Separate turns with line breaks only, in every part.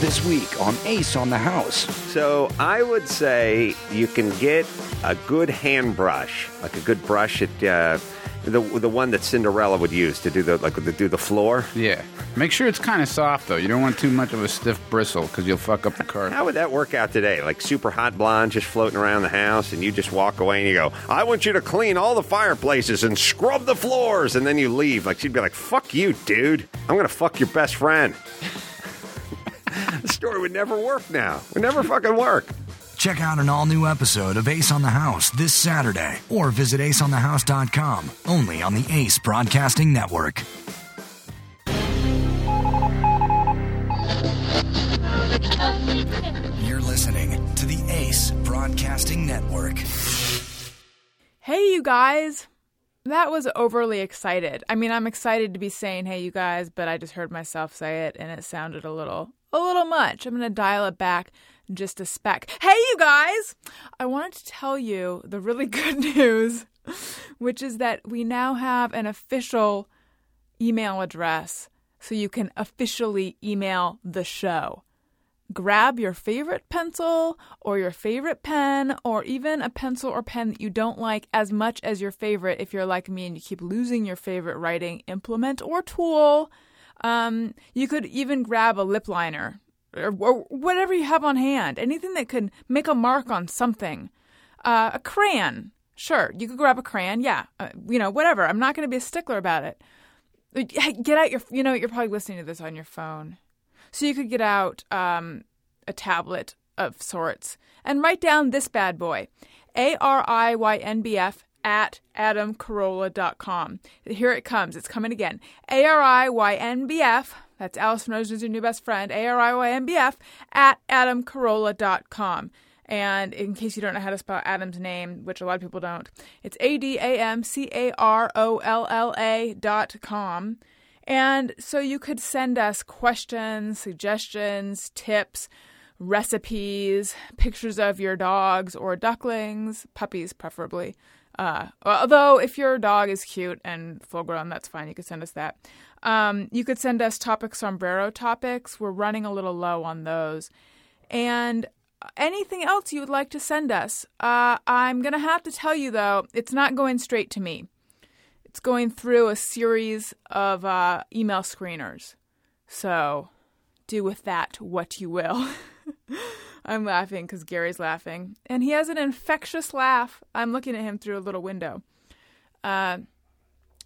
this week on Ace on the House.
So I would say you can get a good hand brush, like a good brush at uh, the the one that Cinderella would use to do the like to do the floor.
Yeah. Make sure it's kind of soft though. You don't want too much of a stiff bristle because you'll fuck up the car.
How would that work out today? Like super hot blonde just floating around the house, and you just walk away and you go, "I want you to clean all the fireplaces and scrub the floors," and then you leave. Like she'd be like, "Fuck you, dude! I'm gonna fuck your best friend." the story would never work now. Would never fucking work.
Check out an all new episode of Ace on the House this Saturday or visit aceonthehouse.com only on the Ace Broadcasting Network. You're listening to the Ace Broadcasting Network.
Hey, you guys. That was overly excited. I mean, I'm excited to be saying, hey, you guys, but I just heard myself say it and it sounded a little, a little much. I'm going to dial it back just a speck. Hey, you guys! I wanted to tell you the really good news, which is that we now have an official email address so you can officially email the show. Grab your favorite pencil or your favorite pen, or even a pencil or pen that you don't like as much as your favorite if you're like me and you keep losing your favorite writing implement or tool. Um, you could even grab a lip liner or, or whatever you have on hand, anything that can make a mark on something. Uh, a crayon, sure, you could grab a crayon, yeah, uh, you know, whatever. I'm not going to be a stickler about it. Uh, Get out your, you know, you're probably listening to this on your phone. So you could get out um, a tablet of sorts and write down this bad boy A R I Y N B F at adamcarolla.com. Here it comes. It's coming again. A R I Y N B F. That's Allison Rose is your new best friend. A R I Y N B F at adamcarolla.com. And in case you don't know how to spell Adam's name, which a lot of people don't, it's A D A M C A R O L L A dot com. And so you could send us questions, suggestions, tips, recipes, pictures of your dogs or ducklings, puppies preferably. Uh, although if your dog is cute and full grown, that's fine. You could send us that. Um, you could send us topic sombrero topics. We're running a little low on those. And anything else you would like to send us. Uh, I'm going to have to tell you, though, it's not going straight to me. It's going through a series of uh, email screeners. So do with that what you will. I'm laughing because Gary's laughing. And he has an infectious laugh. I'm looking at him through a little window. Uh,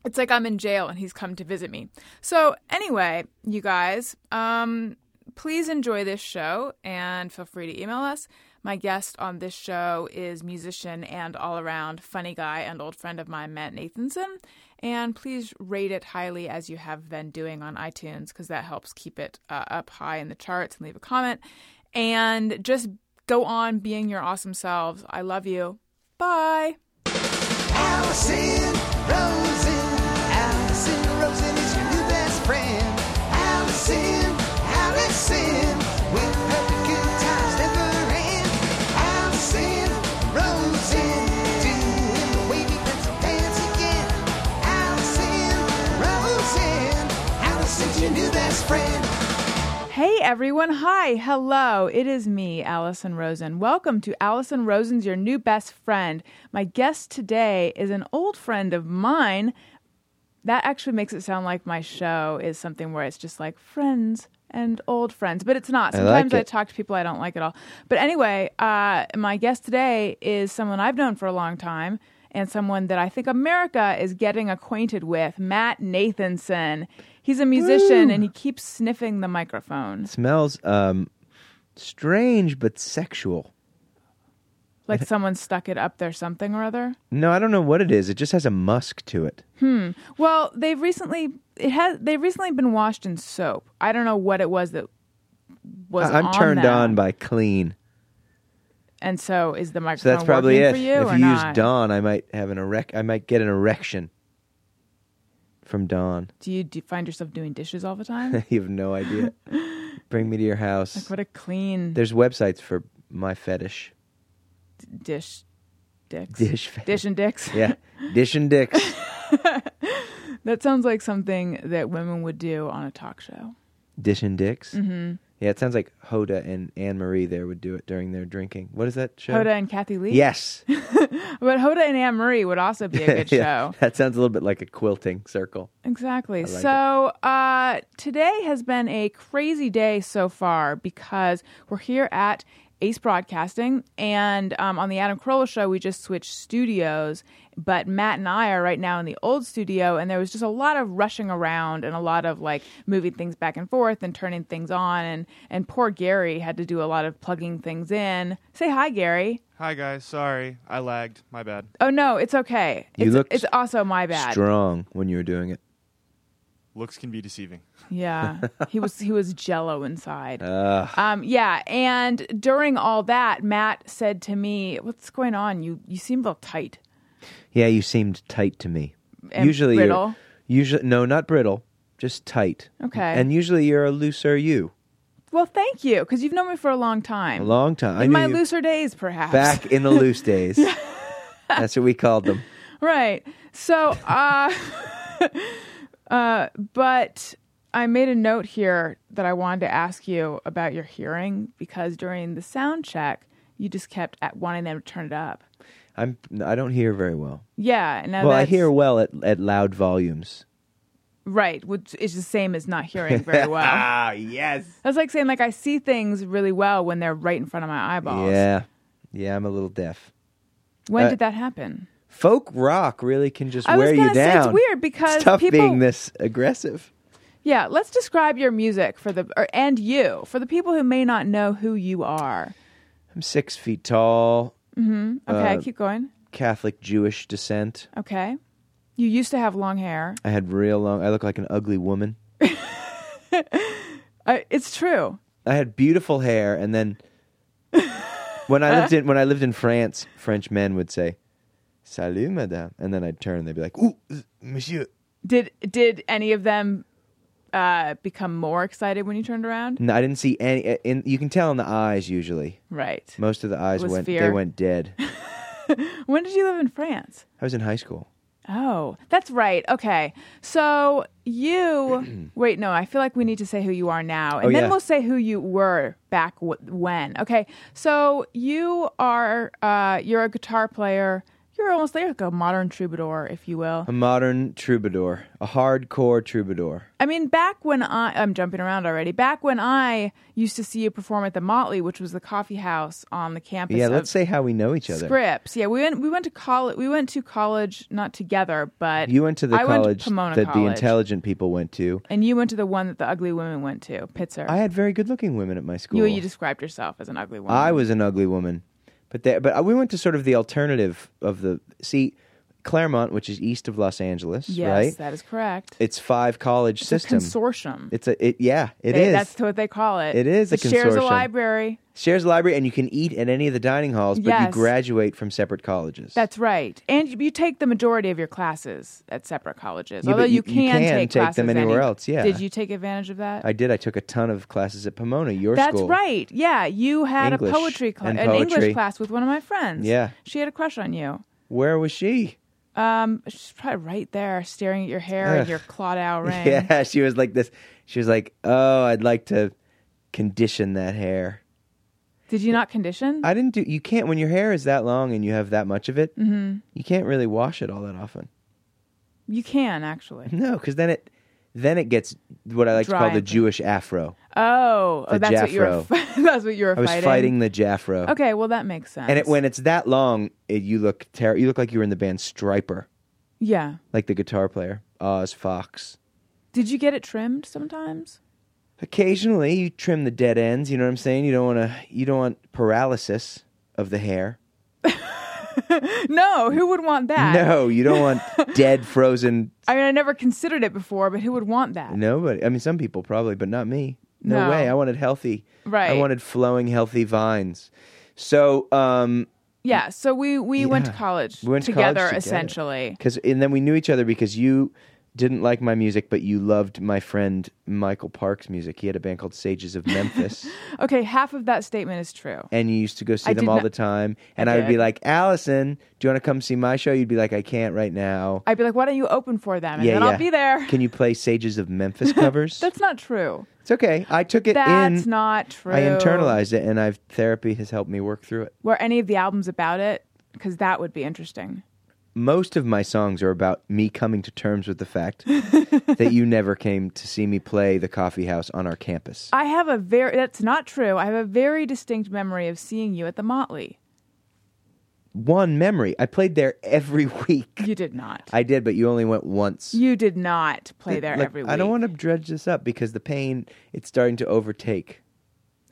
it's like I'm in jail and he's come to visit me. So, anyway, you guys, um, please enjoy this show and feel free to email us. My guest on this show is musician and all around funny guy and old friend of mine, Matt Nathanson. And please rate it highly as you have been doing on iTunes because that helps keep it uh, up high in the charts and leave a comment. And just go on being your awesome selves. I love you. Bye.
Allison Rosen. Allison Rosen is your new best friend. Allison, Allison, with her good times never end. Allison Rosen, doing the wavy pencil dance again. Allison Rosen, Allison's your new best friend.
Hey everyone, hi, hello. It is me, Allison Rosen. Welcome to Allison Rosen's Your New Best Friend. My guest today is an old friend of mine. That actually makes it sound like my show is something where it's just like friends and old friends, but it's not. Sometimes I,
it.
talk to people I don't like at all. But anyway, uh, my guest today is someone I've known for a long time and someone that I think America is getting acquainted with, Matt Nathanson. He's a musician and he keeps sniffing the microphone.
smells um strange but sexual.
like someone stuck it up there something or other.
No, I don't know what it is. It just has a musk to it.
Well, they've recently it has they've recently been washed in soap. I don't know what it was that was.
I- I'm
on
turned
them.
on by clean.
and so is the microphone.
So that's probably
working
it.
For you
if
or
you
not?
use Dawn, I might have an erect I might get an erection from Dawn.
do you do you find yourself doing dishes all the time?
you have no idea. Bring me to your house.
like what a clean
There's websites for my fetish.
dish, dicks,
Dish fetish.
dish and dicks.
Yeah. Dish and dicks.
That sounds like something that women would do on a talk show.
Dish and dicks. Mm-hmm. Yeah, it sounds like Hoda and Anne Marie there would do it during their drinking. What is that show?
Hoda and Kathy Lee.
Yes.
But Hoda and Anne Marie would also be a good
Yeah,
show.
That sounds a little bit like a quilting circle.
Exactly. so uh, today has been a crazy day so far because we're here at Ace Broadcasting, and um, on the Adam Carolla show, we just switched studios. But Matt and I are right now in the old studio, and there was just a lot of rushing around and a lot of like moving things back and forth and turning things on. And and poor Gary had to do a lot of plugging things in. Say hi, Gary.
Hi guys, sorry I lagged. My bad.
Oh no, it's okay.
You
it's,
looked
it's also my bad.
Strong when you were doing it.
Looks can be deceiving.
Yeah, he was he was jello inside. Um, yeah, and during all that, Matt said to me, "What's going on? You you seem real tight."
Yeah, you seemed tight to me.
And
usually
brittle?
you're usually no, not brittle, just tight.
Okay.
And usually you're a looser you.
Well, thank you, because you've known me for a long time.
A long time. I
in
knew
my
you
looser days, perhaps.
back in the loose days. That's what we called them.
Right. So, uh, uh, but I made a note here that I wanted to ask you about your hearing because during the sound check, you just kept at wanting them to turn it up.
I'm I don't hear very well.
Yeah. Now
well, I
that's-
hear well at at loud volumes.
Right, which is the same as not hearing very well.
Ah, yes.
That's like saying like I see things really well when they're right in front of my eyeballs.
Yeah. Yeah, I'm a little deaf.
When
Uh,
did that happen?
Folk rock really can just
I was
wear you
gonna say, it's
down.
weird because
it's tough
people-
being this aggressive.
Yeah, let's describe your music for the or, and you for the people who may not know who you are.
I'm six feet tall,
Okay,
Uh,
keep going.
Catholic Jewish descent.
Okay. You used to have long hair.
I had real long. I look like an ugly woman.
Uh, it's true.
I had beautiful hair, and then when I lived in when I lived in France, French men would say "Salut, madame," and then I'd turn and they'd be like "Ooh, z- monsieur."
Did did any of them uh, become more excited when you turned around?
And I didn't see any. uh, In, you can tell in the eyes usually.
Right.
Most of the eyes
Was
went. They
fear.
went dead.
When did you live in France?
I was in high school.
Oh, that's right. Okay. So you wait, no, I feel like we need to say who you are now. And
Oh,
then
yeah.
we'll say who you were back w- when. Okay. So you are uh you're a guitar player. You're almost like a modern troubadour, if you will.
A modern troubadour, a hardcore troubadour.
I mean, back when I I'm jumping around already. Back when I used to see you perform at the Motley, which was the coffee house on the campus
Yeah,
of
let's say how we know each other.
Scripps. Yeah, we went we went to college we went to college not together, but
You went to the
I went
college
Pomona
that the
College.
intelligent people went to.
And you went to the one that the ugly women went to, Pitzer.
I had very good-looking women at my school.
you, you described yourself as an ugly woman.
I was an ugly woman, but there, but we went to sort of the alternative of the see Claremont, which is east of Los Angeles,
yes,
right?
that is correct.
it's five college system.
Consortium.
it's a it yeah it is.
They- That's what they call it.
It is a
shares a
consortium.
library.
shares a library and you can eat at any of the dining halls, but you
Yes.
graduate from separate colleges.
That's right. And you, you take the majority of your classes at separate colleges,
Yeah, but
although
you-
you,
you
can,
can
take,
take them
classes
anywhere
any-
else, yeah.
Did you take advantage of that?
I did. I took a ton of classes at Pomona, your
That's
school.
right. Yeah, you had
English
a poetry class,
and
an English
poetry.
class with one of my friends.
Yeah.
she had a crush on you.
Where was she?
Um, she's probably right there, staring at your hair
Ugh.
and your clawed out ring.
Yeah, she was like this. She was like, "Oh, I'd like to condition that hair."
Did you not condition?
I didn't do. You can't when your hair is that long and you have that much of it.
Mm-hmm.
mm You can't really wash it all that often.
you can actually.
No, because then it then it gets what I like
Dry
to call the
and-
Jewish afro.
Oh, oh
The
that's what you were. that's what you were
I was
fighting.
fighting the Jaffro,
Okay, well that makes sense.
and it, when it's that long, it, you look ter- You look like you were in the band Striper,
Yeah.
like the guitar player Oz Fox.
Did you get it trimmed sometimes?
Occasionally, you trim the dead ends. You know what I'm saying? You don't want to. You don't want paralysis of the hair.
No, who would want that?
No, you don't want dead, frozen.
I mean, I never considered it before, but who would want that?
Nobody. I mean, some people probably, but not me. No,
No.
way. I wanted healthy. I
Right.
wanted flowing, healthy vines. So, um,
Yeah, so we we went to
Yeah.
college
We went to college
together
together.
essentially.
because and then we knew each other because you didn't like my music, but you loved my friend Michael Parks' music. He had a band called Sages of Memphis,
Okay, half of that statement is true.
and you used to go see
I
them
did
all
not-
the time. And I would be
did.
like, Allison, do you want to come see my show? You'd be like, I can't right now.
I'd be like, why don't you open for them? And
yeah,
then
yeah.
I'll be there.
Can you play Sages of Memphis covers?
That's not true.
it's okay. I took it in.
That's not true.
I internalized it, and I've therapy has helped me work through it.
Were any of the albums about it? Because that would be interesting.
Most of my songs are about me coming to terms with the fact that you never came to see me play the coffee house on our campus.
I have a very, that's not true. I have a very distinct memory of seeing you at the Motley.
One memory. I played there every week.
You did not.
I did, but you only went once.
you did not play there
Look,
every week.
I don't want to dredge this up because the pain it's starting to overtake.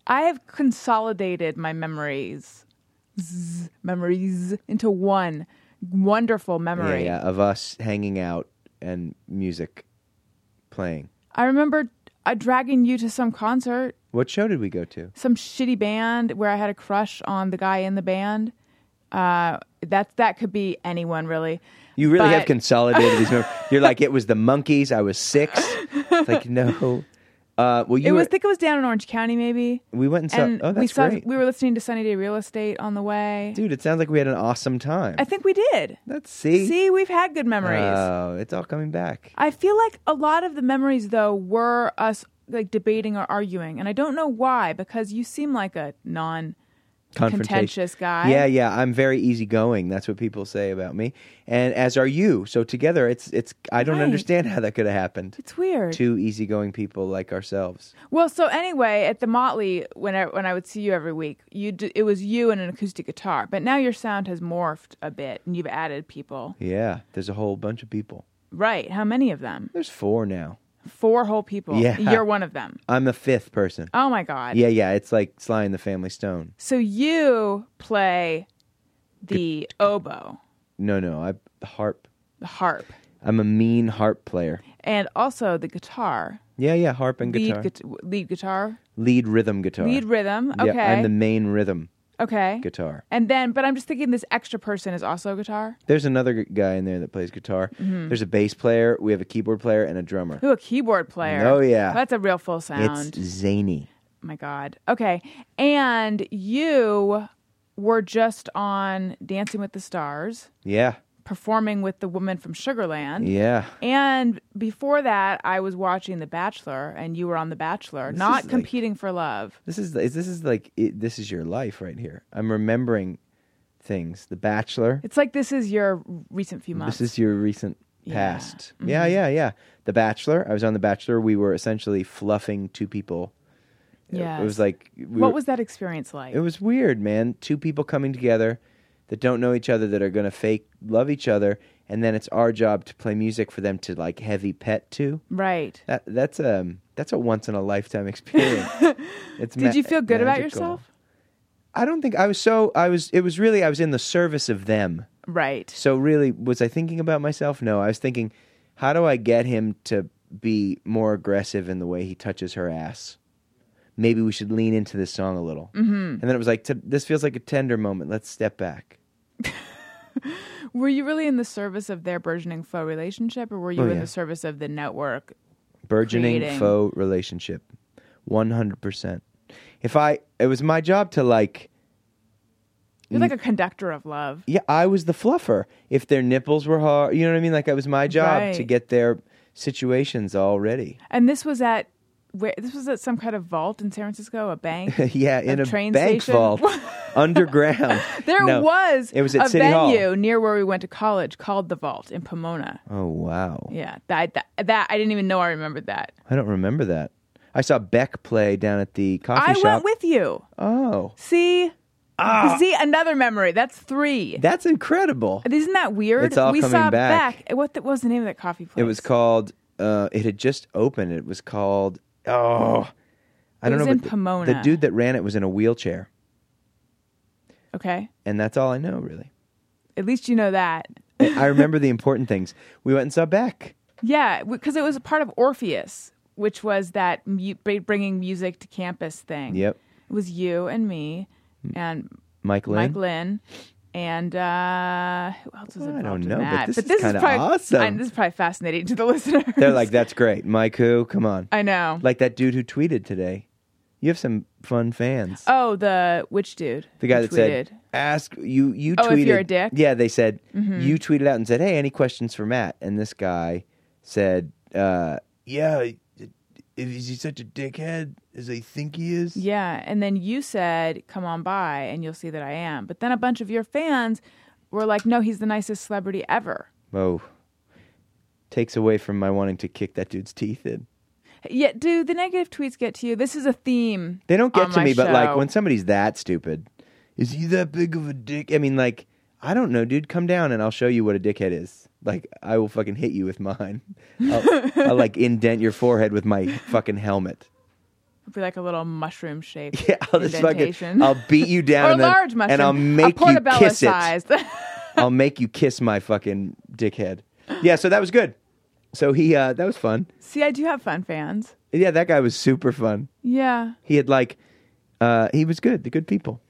I have consolidated my memories, zzz, memories into one wonderful
Yeah,
memory.
yeah, of us hanging out and music playing.
I remember uh, dragging you to some concert,
What show did we go to?
some shitty band where I had a crush on the guy in the band. Uh, that that could be anyone really.
You really have
But-
consolidated these memories. You're like, it was the monkeys. I was six. It's like, no. Uh, well, you
it was
were-
I think it was down in Orange County maybe.
we went and saw.
and
oh, that's
we saw
great,
we were listening to Sunny Day Real Estate on the way.
dude. It sounds like we had an awesome time.
I think we did.
Let's see.
See, we've had good memories.
oh, it's all coming back.
I feel like a lot of the memories though were us like debating or arguing, and I don't know why because you seem like a non.
Confrontation.
contentious guy.
Yeah, yeah. I'm very easygoing. That's what people say about me, and as are you. So together, it's it's. I don't
Right.
understand how that could have happened.
It's weird.
Two easygoing people like ourselves.
Well, so anyway, at the Motley, when I, when I would see you every week, you d- it was you and an acoustic guitar. But now your sound has morphed a bit, and you've added people.
Yeah, there's a whole bunch of people.
Right? How many of them?
There's four now.
Four whole people.
Yeah.
You're one of them.
I'm the fifth person.
Oh my god.
Yeah, yeah. It's like Sly and the Family Stone.
So you play the oboe,
No, no. I the harp.
the harp,
I'm a mean harp player.
and also the guitar,
Yeah, yeah. Harp and
lead
guitar.
guit- lead guitar,
lead rhythm guitar.
lead rhythm.
Yeah,
Okay.
I'm the main rhythm
okay.
guitar.
And then, but I'm just thinking this extra person is also a guitar.
There's another g- guy in there that plays guitar.
Mm-hmm.
There's a bass player. We have a keyboard player and a drummer.
Ooh, a keyboard player.
Oh, yeah.
that's a real full sound.
It's zany.
my god okay and you were just on dancing with the stars
Yeah,
performing with the woman from sugarland
yeah.
and before that i was watching the bachelor and you were on the bachelor
This
not
is like-
competing for love
This is this is like it, this is your life right here. I'm remembering things. The Bachelor.
it's like this is your recent few months
This is your recent past.
Mm-hmm.
Yeah, yeah, yeah. The Bachelor. I was on The Bachelor. We were essentially fluffing two people.
yeah
It was like we
what
were-
was that experience like
It was weird, man. Two people coming together that don't know each other that are going to fake love each other, and then it's our job to play music for them to like heavy pet to.
right
That that's a that's a once in a lifetime experience. it's
did you feel good about
magical.
yourself
I don't think I was so I was. It was really I was in the service of them.
right
So really, was I thinking about myself? No, I was thinking, how do I get him to be more aggressive in the way he touches her ass? Maybe we should lean into this song a little. Mm-hmm. And then it was like, t- this feels like a tender moment. Let's step back.
were you really in the service of their burgeoning faux relationship or were you
Oh,
in
yeah.
the service of the network
Burgeoning
Creating.
faux relationship, one hundred percent. If I, it was my job to like.
you're
Mm.
like a conductor of love
Yeah, I was the fluffer. If their nipples were hard, you know what I mean. Like it was my job to
Right.
get their situations all ready.
And this was at where this was at some kind of vault in San Francisco, a bank.
yeah, in a,
train
bank
station?
vault underground.
There
No,
was
It was at
a
City
venue
Hall.
near where we went to college called the Vault in Pomona.
Oh wow,
Yeah, that, that that I didn't even know I remembered that.
I don't remember that. I saw Beck play down at the coffee
I
shop.
went with you.
oh,
See,
Ah.
see another memory. That's three.
that's incredible.
Isn't that weird?
It's all
we
coming
saw
back.
Beck- What, the, what was the name of that coffee place?
It was called. Uh, it had just opened. It was called. Oh, I
It
don't
was
know.
in
but the- The
Pomona.
dude that ran it was in a wheelchair,
Okay,
and that's all I know really.
at least you know that.
I remember the important things. We went and saw Beck.
Yeah, because it was a part of Orpheus, which was that mu- br- bringing music to campus thing.
Yep, Hmm.
It was you and me and
Mike Lynn.
Mike Lynn And uh, who else is
Well, I
involved
don't
in
know, but
that?
this is
this
kinda
probably
awesome.
I- this is probably fascinating to the listeners.
They're like, that's great. Maiku, come on.
I know.
Like that dude who tweeted today. You have some fun fans.
oh, the which dude?
the guy
who
that
tweeted.
said, ask, you, you
Oh,
tweeted.
if you're a dick? Mm-hmm.
Yeah, they said, you tweeted out and said, hey, any questions for Matt? And this guy said, uh, yeah, is he such a dickhead as I think he is?
Yeah, and then you said, "Come on by, and you'll see that I am." But then a bunch of your fans were like, "No, he's the nicest celebrity ever."
Oh. Takes away from my wanting to kick that dude's teeth in.
Yeah, do the negative tweets get to you? This is a theme.
They don't get
on
to
my
me, but like
show.
when somebody's that stupid, is he that big of a dick? I mean, like, I don't know, dude. Come down and I'll show you what a dickhead is. Like, I will fucking hit you with mine. I'll, I'll like indent your forehead with my fucking helmet.
It'd be like a little mushroom shape.
Yeah, I'll just
indentation.
fucking, I'll beat you down
or
and, then-
large mushroom.
and I'll make
a
you
portobello
kiss it.
sized.
I'll make you kiss my fucking dickhead. Yeah, so that was good. So he, uh, that was fun.
See, I do have fun fans.
Yeah, that guy was super fun.
Yeah.
He had like, uh, he was good. The good people.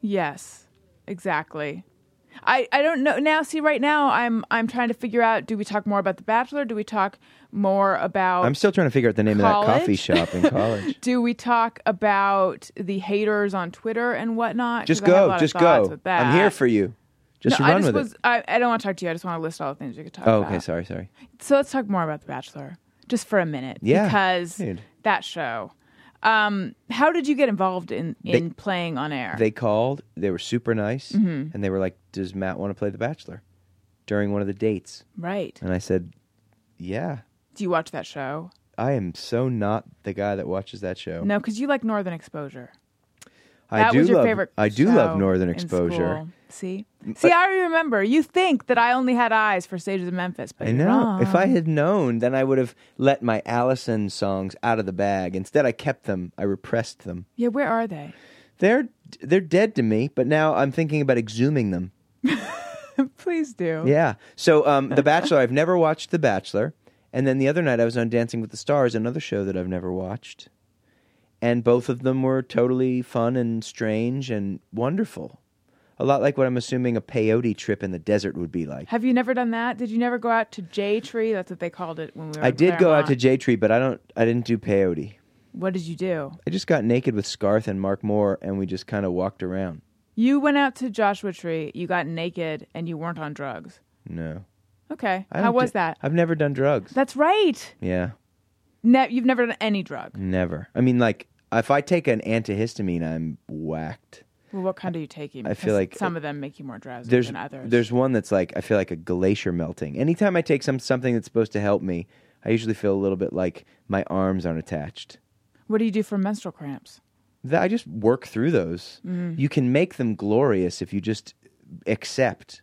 Yes. Exactly. I, I don't know now. See, right now I'm I'm trying to figure out: do we talk more about The Bachelor? Do we talk more about?
I'm still trying to figure out the name of that
College?
coffee shop in college.
Do we talk about the haters on Twitter and whatnot? 'Cause
just
I have a lot
go,
of
just
thoughts
go.
with that.
I'm here for you. Just
No,
run
I just
with
was,
it.
I, I don't want to talk to you. I just want to list all the things you could talk
Oh,
about.
okay. Sorry, sorry.
So let's talk more about The Bachelor just for a minute.
Yeah,
Because
dude.
that show. Um, how did you get involved in, in playing on air?
They called. They were super nice,
Mm-hmm.
and they were like, "Does Matt want to play The Bachelor?" During one of the dates,
right.
and I said, "Yeah,
Do you watch that show?
I am so not the guy that watches that show.
No, because you like Northern Exposure.
I
That
do
was your
love.
favorite.
I do
show
love Northern
in
Exposure. Mm,
school. See, see, I remember. You think that I only had eyes for Sages of Memphis, but
I
you're
know.
wrong.
If I had known, then I would have let my Allison songs out of the bag. Instead, I kept them. I repressed them.
yeah, where are they?
They're they're dead to me. But now I'm thinking about exhuming them.
Please do.
Yeah. So um, The Bachelor, I've never watched The Bachelor. And then the other night I was on Dancing with the Stars, another show that I've never watched. And both of them were totally fun and strange and wonderful. A lot like what I'm assuming a peyote trip in the desert would be like.
Have you never done that? Did you never go out to J Tree? That's what they called it when we were.
I
in
did go out to
Claremont.
J Tree, but I don't I didn't do peyote.
What did you do?
I just got naked with Scarth and Mark Moore and we just kind of walked around.
You went out to Joshua Tree. You got naked and you weren't on drugs.
No.
Okay.
I
How
don't
was
do-
that?
I've never done drugs.
That's right.
Yeah.
Ne- you've never done any drug.
Never. I mean like if I take an antihistamine I'm whacked.
Well, what kind are you taking?
I feel
Because
like- uh,
some of them make you more drowsy
there's
than others.
there's one that's like I feel like a glacier melting. Anytime I take some something that's supposed to help me, I usually feel a little bit like my arms aren't attached.
What do you do for menstrual cramps?
That I just work through those.
Mm-hmm.
You can make them glorious if you just accept.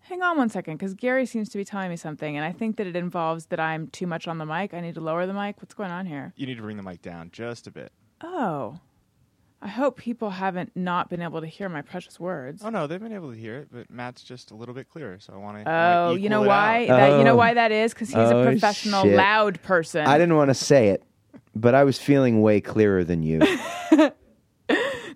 Hang on one second, because Gary seems to be telling me something, and I think that it involves that I'm too much on the mic. I need to lower the mic. What's going on here?
You need to bring the mic down just a bit.
Oh, I hope people haven't not been able to hear my precious words.
Oh no, they've been able to hear it, but Matt's just a little bit clearer, so I want to.
Oh, you know why? That, you know
Oh.
why that is? Because he's
Oh,
a professional,
shit.
loud person.
I didn't want to say it, but I was feeling way clearer than you.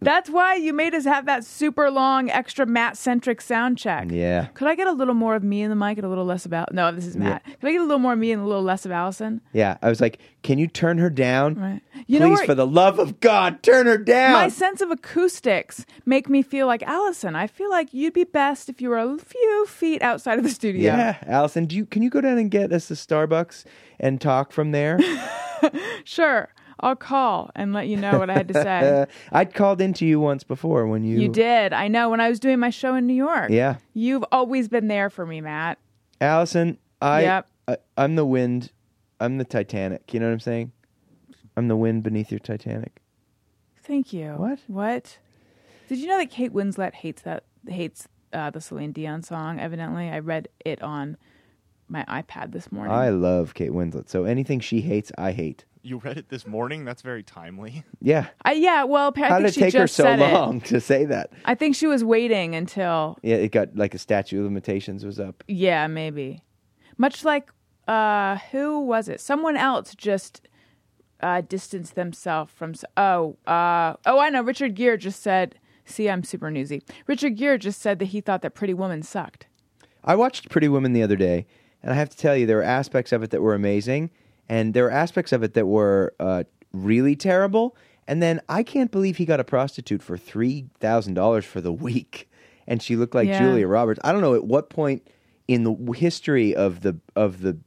That's why you made us have that super long, extra Matt-centric sound check.
yeah.
Could I get a little more of me in the mic and a little less about? No, this is Matt. Could I get a little more of me and a little less of Allison?
Yeah, I was like, "Can you turn her down?"
Right. You know
Please,
where-
for the love of God, turn her down.
My sense of acoustics make me feel like Allison. I feel like you'd be best if you were a few feet outside of the studio.
yeah, Allison, do you can you go down and get us a Starbucks and talk from there?
Sure. I'll call and let you know what I had to say.
Uh, I'd called into you once before when you
you did. I know when I was doing my show in New York.
Yeah.
You've always been there for me, Matt.
Allison. I,
Yep.
I I'm the wind. I'm the Titanic. You know what I'm saying? I'm the wind beneath your Titanic.
Thank you.
What?
What? Did you know that Kate Winslet hates that hates uh, the Celine Dion song? Evidently, I read it on my iPad this morning.
I love Kate Winslet. So anything she hates, I hate.
You read it this morning. That's very timely.
Yeah.
I- yeah. Well, apparently,
How
I
did
think she
it take her
just
so
said it.
long to say that?
I think she was waiting until
Yeah, it got like a statute of limitations was up.
Yeah, maybe. Much like uh who was it? Someone else just uh distanced themselves from s- oh, uh oh, I know Richard Gere just said See, I'm super newsy. Richard Gere just said that he thought that Pretty Woman sucked.
I watched Pretty Woman the other day, and I have to tell you, there were aspects of it that were amazing, and there were aspects of it that were uh, really terrible. And then I can't believe he got a prostitute for three thousand dollars for the week, and she looked like
Yeah.
Julia Roberts. I don't know at what point in the w- history of the of the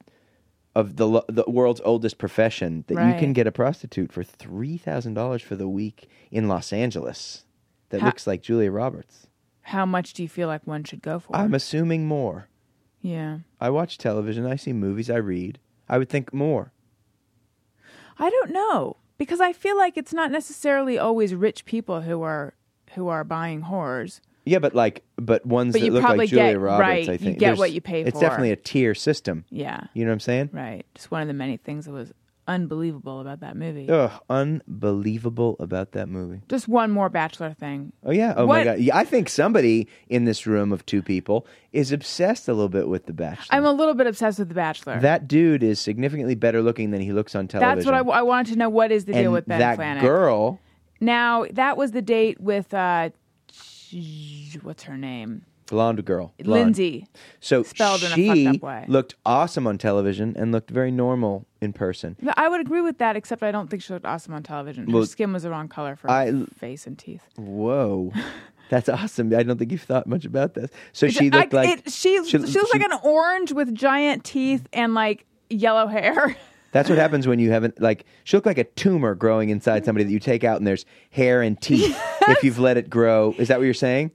of the lo- the world's oldest profession that you can
Right.
get a prostitute for three thousand dollars for the week in Los Angeles that
Ha-
looks like Julia Roberts.
How much do you feel like one should go for?
I'm assuming more.
yeah.
I watch television. I see movies. I read. I would think more.
I don't know because I feel like it's not necessarily always rich people who are who are buying horrors.
Yeah, but like, but ones
But
that
you
look
probably
like Julia
get-
Roberts.
right,
I
you
think
get what you pay
It's
for.
definitely a tier system.
Yeah.
You know what I'm saying?
Right. Just one of the many things that was unbelievable about that movie.
Ugh, unbelievable about that movie.
Just one more bachelor thing.
Oh yeah. Oh my
What-
god. Yeah, I think somebody in this room of two people is obsessed a little bit with The Bachelor.
I'm a little bit obsessed with The Bachelor.
that dude is significantly better looking than he looks on television.
That's what I, I wanted to know. What is the
and
deal with Ben
that
Flanagan?
girl.
Now that was the date with uh, Ch- what's her name?
Blonde girl, blonde.
Lindsay.
So
Spelled in a
she
fucked up way.
looked awesome on television and looked very normal in person.
But I would agree with that, except I don't think she looked awesome on television. Her
Well,
skin was the wrong color for
I-
her face and teeth.
Whoa, that's awesome! I don't think you've thought much about this. So she
I-
looked like
it- she, she looks like an orange with giant teeth and like yellow hair.
That's what happens when you haven't like. She looked like a tumor growing inside somebody that you take out, and there's hair and teeth if you've let it grow. Is that what you're saying?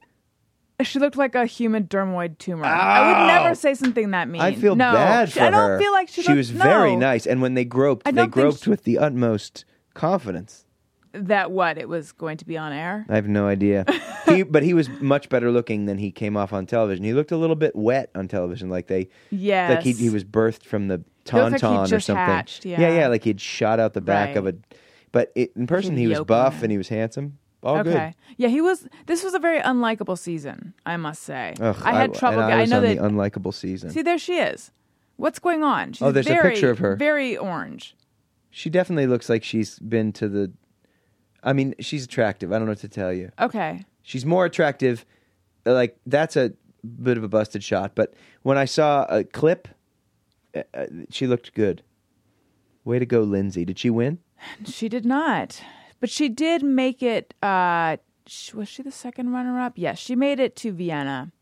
She looked like a human dermoid tumor. I would never say something that mean.
I feel
no,
bad for
I don't
her.
feel like she. looked,
was very
no.
nice, and when they groped,
I
they
don't think
groped
she-
with the utmost confidence.
That what it was going to be on air.
I have no idea. he, but he was much better looking than he came off on television. He looked a little bit wet on television, like they,
Yes.
like he, he was birthed from the
looked like
tauntaun
he
or
just
something.
hatched, yeah.
yeah, like he'd shot out the back of a.
Right.
But it, in person, he was
Yokel.
buff and he was handsome. All
Okay. Yeah, he was. This was a very unlikable season, I must say.
good. Ugh,
I had trouble.
And
get-
I was
know
on
that.
the unlikable season.
see, there she is. What's going on? She's
Oh, there's a
very,
picture of her.
Very orange.
she definitely looks like she's been to the. I mean, she's attractive. I don't know what to tell you.
Okay.
She's more attractive. Like that's a bit of a busted shot, but when I saw a clip, uh, uh, she looked good. Way to go, Lindsay! Did she win?
She did not, but she did make it. Uh, sh- was she the second runner-up? Yes, she made it to Vienna,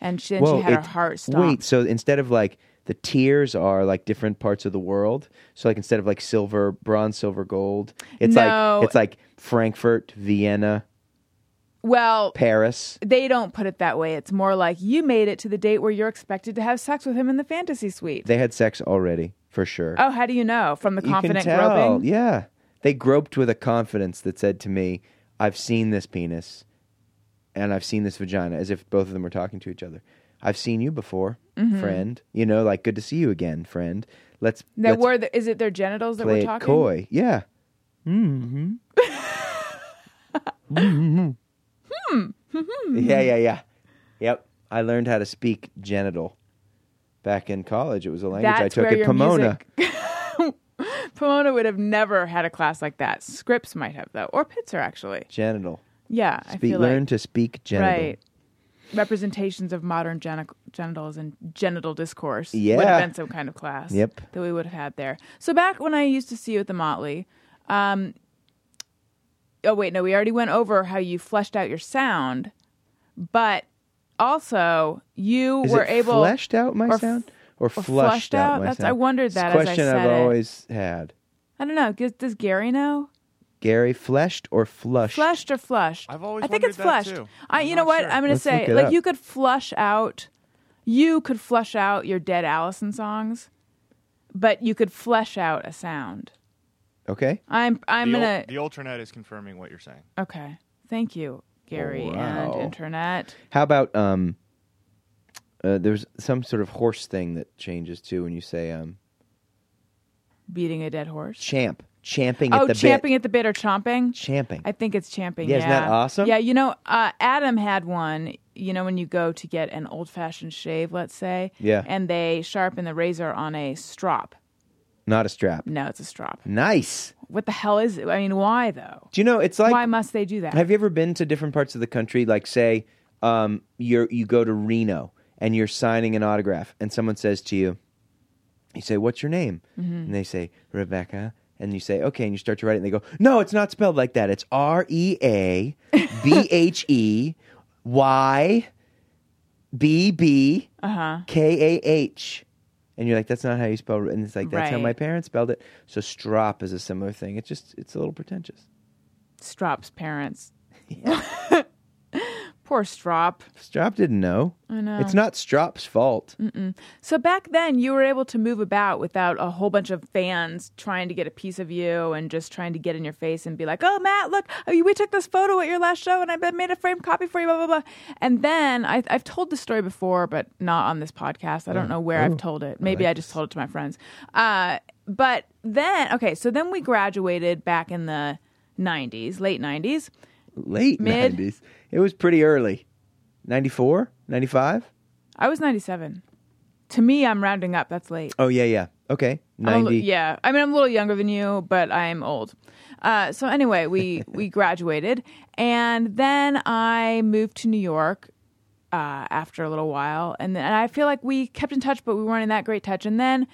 and she, then she had her
it-
heart stopped.
Wait, so instead of like the tiers are like different parts of the world. So like instead of like silver, bronze, silver, gold, it's
No.
like it's like Frankfurt, Vienna,
well,
Paris.
they don't put it that way. It's more like you made it to the date where you're expected to have sex with him in the fantasy suite.
They had sex already for sure.
oh, how do you know from the
you can
confident
tell.
groping?
Yeah, they groped with a confidence that said to me, "I've seen this penis, and I've seen this vagina," as if both of them were talking to each other. I've seen you before,
Mm-hmm.
friend. You know, like good to see you again, friend. Let's
That
let's
were the, is it their genitals that
play
we're
it
talking?
coy. Yeah. Mm-hmm. yeah, yeah, yeah. Yep. I learned how to speak genital back in college. It was a language I
That's
took
where
at
your
Pomona.
music- Pomona would have never had a class like that. Scripps might have though, or Pitzer actually.
Genital.
Yeah, I
Speak,
feel
learn
like
to speak genital.
right representations of modern geni- genitals and genital discourse would
Yeah.
have been some kind of class.
Yep.
that we would have had there. So back when I used to see you at the Motley. Um, oh wait, no, we already went over how you fleshed out your sound, but also you
Is
were
it
able
fleshed out my
or f-
sound or, flushed,
flushed
out,
out?
my
That's-
sound?
I wondered
It's
that as
a
I
question have
said it.
always had.
I don't know. Does, does Gary know?
Gary, fleshed or flushed?
Flushed or flushed?
I've always
I think
wondered
it's
that,
flushed.
too.
I,
I'm
you know
not
what?
sure.
I'm going to
Let's
say
look it
like
up.
you could flush out, you could flush out your dead Allison songs, but you could flesh out a sound.
Okay.
I'm I'm
the,
gonna
ul- the alternate is confirming what you're saying.
okay. Thank you, Gary
Wow.
and Internet.
How about um? Uh, there's some sort of horse thing that changes too when you say um
Beating a dead horse.
champ, champing
oh,
at the
champing
bit,
at the bit or chomping.
champing.
I think it's champing.
Yeah,
Yeah,
isn't that awesome?
Yeah, you know, uh, Adam had one. You know, when you go to get an old fashioned shave, let's say,
Yeah.
and they sharpen the razor on a strop.
Not a strap.
No, it's a strop.
Nice.
what the hell is it? I mean, why though?
Do you know it's like
why must they do that?
Have you ever been to different parts of the country? Like, say, um, you're you go to Reno and you're signing an autograph, and someone says to you, you say, "What's your name?"
Mm-hmm.
And they say, "Rebecca." And you say, "Okay," and you start to write it, and they go, "No, it's not spelled like that. It's R E A B H E Y B B K A H." And you're like, "That's not how you spell." Re-" And it's like, "That's how
Right.
my parents spelled it." So strop is a similar thing. It's just it's a little pretentious.
Strop's parents. Poor Strop.
Strop didn't know. I know. It's not Strop's fault.
Mm. So back then, you were able to move about without a whole bunch of fans trying to get a piece of you and just trying to get in your face and be like, "Oh, Matt, look, oh, we took this photo at your last show, and I made a framed copy for you." Blah blah blah. And then I, I've told this story before, but not on this podcast. I don't know where I've told it. Maybe I, just told it to my friends. Uh, but then, okay, so then we graduated back in the '90s, late '90s.
Late
Mid?
90s. It was pretty early. 94? 95?
I was 97. To me, I'm rounding up. That's late.
Oh, yeah, yeah. Okay.
I'm a li-
90.
Oh, yeah, I mean, I'm a little younger than you, but I'm old. Uh, so anyway, we we graduated, and then I moved to New York uh, after a little while, and then and I feel like we kept in touch, but we weren't in that great touch. And then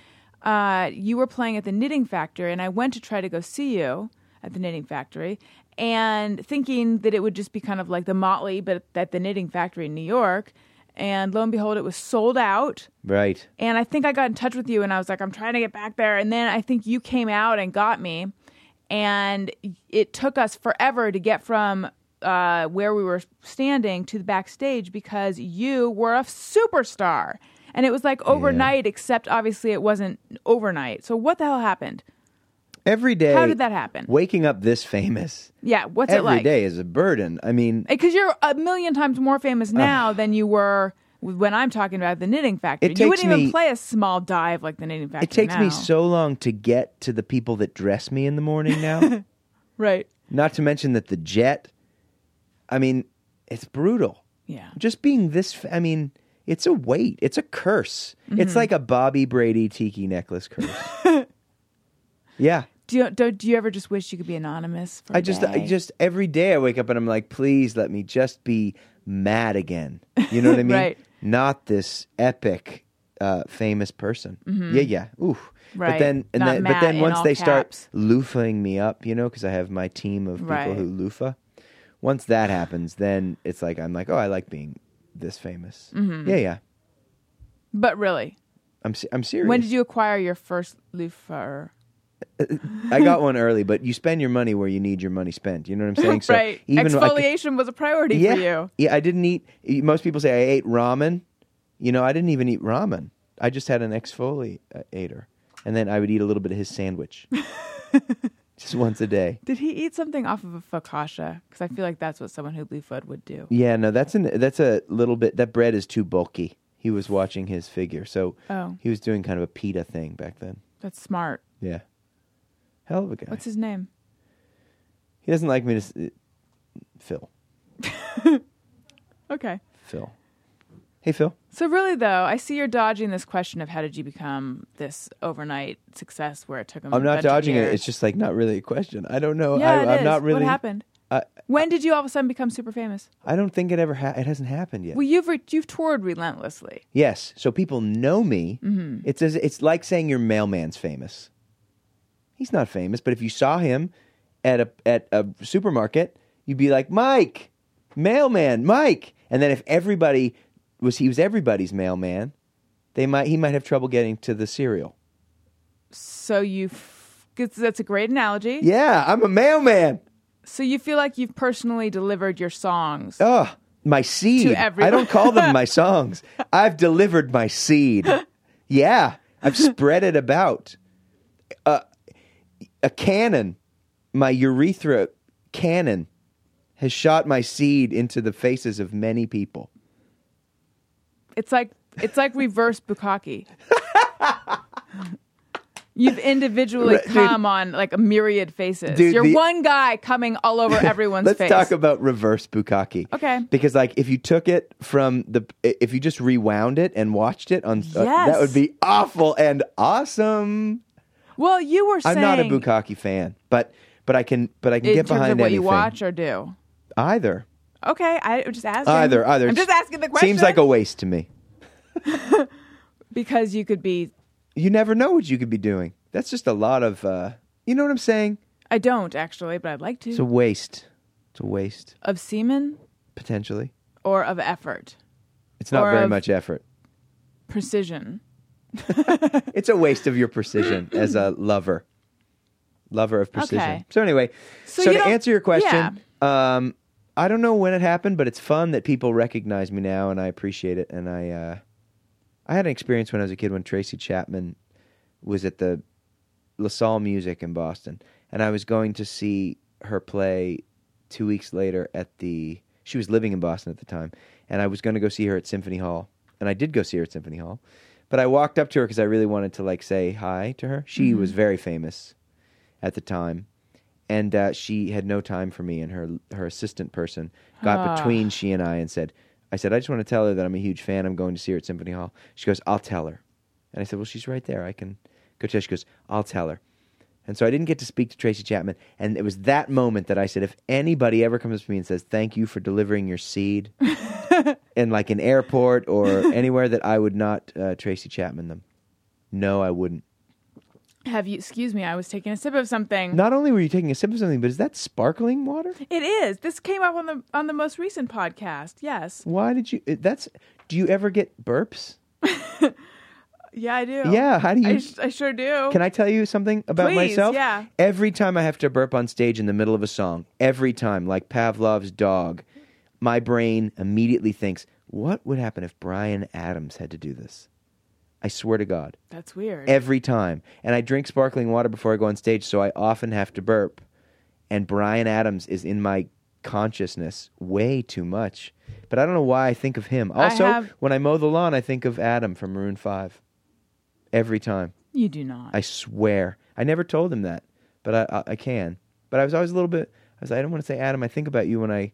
uh, you were playing at the Knitting Factory, and I went to try to go see you at the Knitting Factory, and thinking that it would just be kind of like the Motley, but at the Knitting Factory in New York. And lo and behold, it was sold out.
Right.
And I think I got in touch with you and I was like, I'm trying to get back there. And then I think you came out and got me. And it took us forever to get from uh, where we were standing to the backstage because you were a superstar. And it was like overnight, except obviously it wasn't overnight. So what the hell happened?
Every day.
How did that happen?
Waking up this famous
Yeah, what's
every day
it like?
is a burden. I mean,
Because you're a million times more famous now than you were when I'm talking about the Knitting Factory.
It
You wouldn't
takes
even
me-
play a small dive like the Knitting Factory.
it takes
now.
me so long to get to the people that dress me in the morning now.
right.
Not to mention that the jet, I mean, it's brutal.
Yeah.
just being this f- i mean it's a weight it's a curse it's
Mm-hmm.
like a bobby brady tiki necklace curse yeah
Do you do, do you ever just wish you could be anonymous? For
i
a
just
day?
i just every day i wake up and i'm like please let me just be mad again you know what i mean
Right.
not this epic uh, famous person yeah yeah ooh but
Mm-hmm. Right.
then and
Not
then but
Matt
then
in
once
all
they
caps.
start loofahing me up you know because i have my team of people
Right.
who loofah once that happens then it's like i'm like oh i like being this famous
Mm-hmm.
yeah yeah
But really,
I'm se- I'm serious.
when did you acquire your first loofah?
I got one early, but you spend your money where you need your money spent. You know what I'm saying? So
right,
though I could-
exfoliation was a priority
yeah,
for you.
yeah. I didn't eat. e, Most people say I ate ramen. You know, I didn't even eat ramen. I just had an exfoliator, and then I would eat a little bit of his sandwich, just once a day.
Did he eat something off of a focaccia? Because I feel like that's what someone who loofah would do.
Yeah, no, that's an that's a little bit. That bread is too bulky. He was watching his figure, so
Oh.
he was doing kind of a pita thing back then.
That's smart.
Yeah, hell of a guy.
What's his name?
he doesn't like me to s- uh, Phil.
Okay.
Phil. Hey, Phil.
So really, though, I see you're dodging this question of how did you become this overnight success, where it took him. a
I'm not
bunch of
dodging it.
years.
It's just like not really a question. I don't know.
yeah,
I,
it
I'm
is.
not really.
What happened?
I-
when did you all of a sudden become super famous?
I don't think it ever. Ha- it hasn't happened yet.
Well, you've re- you've toured relentlessly.
yes. So people know me. Mm-hmm. It's as, it's like saying your mailman's famous. He's not famous, but if you saw him at a at a supermarket, you'd be like, Mike, mailman, Mike. And then if everybody was he was everybody's mailman, they might he might have trouble getting to the cereal.
So you, f- 'cause that's a great analogy.
Yeah, I'm a mailman.
So you feel like you've personally delivered your songs.
Oh, my seed. I
everyone.
don't call them my songs. I've delivered my seed. Yeah, I've spread it about. Uh, a cannon, my urethra cannon, has shot my seed into the faces of many people.
It's like it's like reverse bukkake. You've individually
Right, dude.
come on like a myriad faces.
Dude,
You're
the-
one guy coming all over everyone's
Let's
face.
talk about reverse bukkake.
Okay.
Because like if you took it from the if you just rewound it and watched it on uh, that
Yes.
would be awful and awesome.
Well, you were saying
I'm not a Bukaki fan, but but I can but I can
in
get
terms of
behind
what
anything.
you watch or do.
Either.
Okay, I I'm just asking.
Either, either.
I'm just asking the question.
Seems like a waste to me.
because you could be.
You never know what you could be doing. That's just a lot of uh you know what I'm saying?
I don't actually, but I'd like to.
It's a waste. It's a waste,
of semen
potentially.
or of effort,
It's not
Or
very
of-
much effort.
precision.
It's a waste of your precision as a lover. Lover of precision.
Okay.
So anyway, so,
you
to
don't-
answer your question, um I don't know when it happened, but it's fun that people recognize me now and I appreciate it and I uh I had an experience when I was a kid when Tracy Chapman was at the LaSalle Music in Boston, and I was going to see her play two weeks later at the. She was living in Boston at the time, and I was going to go see her at Symphony Hall, and I did go see her at Symphony Hall, but I walked up to her because I really wanted to like say hi to her. She
Mm-hmm.
was very famous at the time, and uh, she had no time for me, and her her assistant person got between she and I and said. I said, I just want to tell her that I'm a huge fan. I'm going to see her at Symphony Hall. She goes, I'll tell her. And I said, Well, she's right there. I can go tell her. She goes, I'll tell her. And so I didn't get to speak to Tracy Chapman. And it was that moment that I said, if anybody ever comes up to me and says, thank you for delivering your seed in like an airport or anywhere, that I would not uh, Tracy Chapman them. No, I wouldn't.
Have you? Excuse me, I was taking a sip of something.
Not only were you taking a sip of something, but is that sparkling water?
It is. This came up on the on the most recent podcast. Yes.
Why did you? it- That's. Do you ever get burps?
Yeah, I do.
Yeah. How do you?
I, sh- I sure do.
Can I tell you something about
Please,
myself?
yeah.
Every time I have to burp on stage in the middle of a song, every time, like Pavlov's dog, my brain immediately thinks, what would happen if Brian Adams had to do this? I swear to God,
That's weird.
every time. And I drink sparkling water before I go on stage, so I often have to burp. And Brian Adams is in my consciousness way too much. But I don't know why I think of him. Also,
have-
when I mow the lawn, I think of Adam from Maroon 5. Every time.
you do not.
I swear. I never told him that, but I, I, I can. But I was always a little bit. I was. like, I don't want to say, Adam. I think about you when I,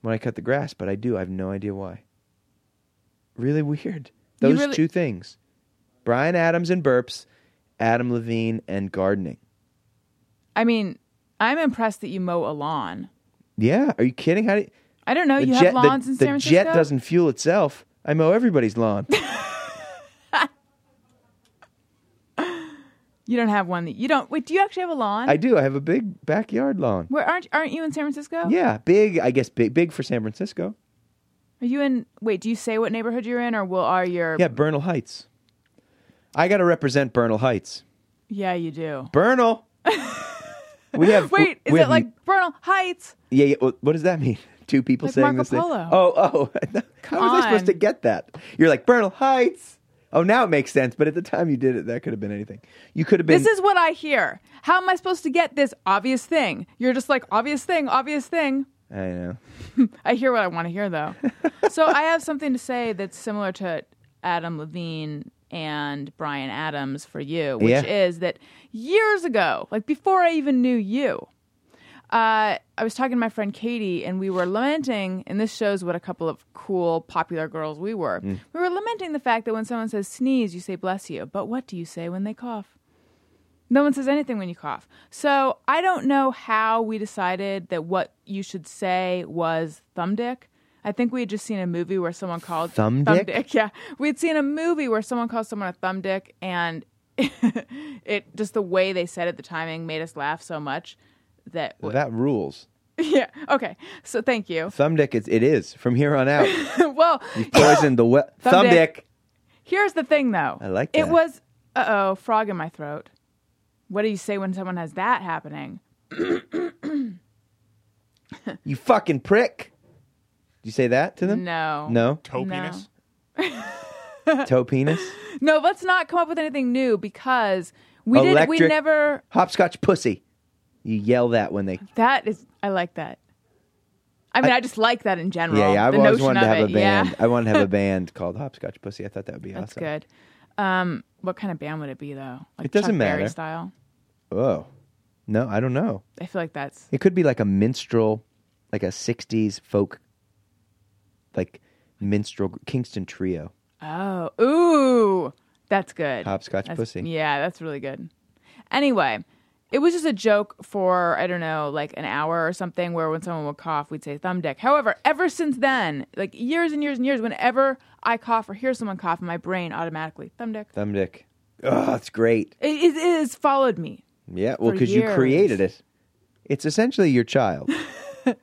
when I cut the grass, but I do. I have no idea why. Really weird.
You
Those
really-
two things, Brian Adams and burps, Adam Levine and gardening.
I mean, I'm impressed that you mow a lawn.
Yeah, are you kidding? How do you,
I don't know.
the
Oh, you
jet?
have lawns
the
in
the
San Francisco.
jet doesn't fuel itself. I mow everybody's lawn.
You don't have one that you don't. Wait, do you actually have a lawn?
I do. I have a big backyard lawn.
Where aren't aren't you in San Francisco?
Yeah, big. I guess big. Big for San Francisco.
Are you in? Wait, do you say what neighborhood you're in, or will are your?
Yeah, Bernal Heights. I got to represent Bernal Heights.
Yeah, you do.
Bernal. we have.
Wait, is
we
it
have-
like Bernal Heights?
Yeah, yeah. What what does that mean? Two people
Like
saying
Marco
this thing.
Polo.
Oh, oh. How was I supposed to
on.
get that? You're like Bernal Heights. Oh, now it makes sense. But at the time you did it, that could have been anything. You could have been.
This is what I hear. How am I supposed to get this obvious thing? You're just like obvious thing, obvious thing.
I know.
I hear what I want to hear though. so I have something to say that's similar to Adam Levine and Brian Adams for you, which
Yeah.
is that years ago, like before I even knew you, uh, I was talking to my friend Katie, and we were lamenting, and this shows what a couple of cool, popular girls we were.
Mm.
We were lamenting the fact that when someone says sneeze, you say bless you, but what do you say when they cough? No one says anything when you cough. So I don't know how we decided that what you should say was thumb dick. I think we had just seen a movie where someone called
Thumb dick?
Yeah, we'd seen a movie where someone called someone a thumb dick, and it just the way they said it, the timing made us laugh so much that
Well, that rules.
yeah. Okay. So thank you.
Thumb dick is. It is from here on out.
well,
Poison the well. Thumb,
Thumb
dick.
dick. here's the thing, though.
I like
It
that.
was uh oh, frog in my throat. What do you say when someone has that happening?
You fucking prick. Did you say that to them?
No.
No.
Toe
No.
penis?
Toe penis.
No. Let's not come up with anything new because we didn't. We
Electric-
never.
Hopscotch pussy. You yell that when they
That is. I like that. I mean, I, just like that in general.
Yeah, yeah. I've
the
always
notion
wanted
of
to have
it.
a band.
Yeah.
I wanted to have a band called Hopscotch Pussy. I thought that would be
That's
awesome.
good. Um, what kind of band would it be though? Like
It doesn't
Chuck Berry
matter.
style.
Oh, no, I don't know.
I feel like that's
It could be like a minstrel, like a '60s folk, like minstrel gr- Kingston trio.
Oh, ooh, that's good.
Hopscotch
That's-
pussy.
Yeah, that's really good. Anyway, it was just a joke for, I don't know, like an hour or something where when someone would cough, we'd say thumb dick. However, ever since then, like years and years and years, whenever I cough or hear someone cough, my brain automatically thumb dick.
Thumb dick. Oh, it's great.
It, it, it has followed me.
Yeah, well,
For
because you
years.
created it. It's essentially your child,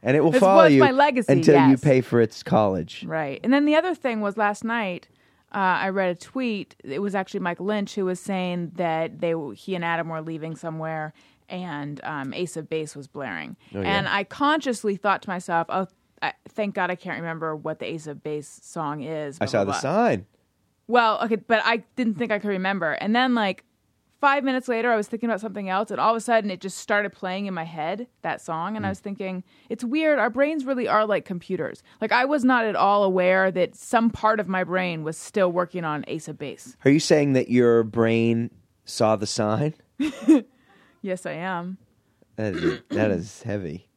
and it will
It's
follow
what's
you
my legacy,
until you
yes.
pay for its college.
Right. And then the other thing was last night, uh, I read a tweet. It was actually Mike Lynch who was saying that they he and Adam were leaving somewhere, and um, Ace of Base was blaring.
Oh,
And I consciously thought to myself, "Oh, I, thank God I can't remember what the Ace of Base song is."
I
blah,
saw
blah,
the
blah.
sign.
Well, okay, but I didn't think I could remember. And then like five minutes later, I was thinking about something else, and all of a sudden, it just started playing in my head that song,
Hmm.
and I was thinking, it's weird. Our brains really are like computers. Like I was not at all aware that some part of my brain was still working on Ace of Base.
Are you saying that your brain saw the sign?
Yes, I am.
That is, that is heavy.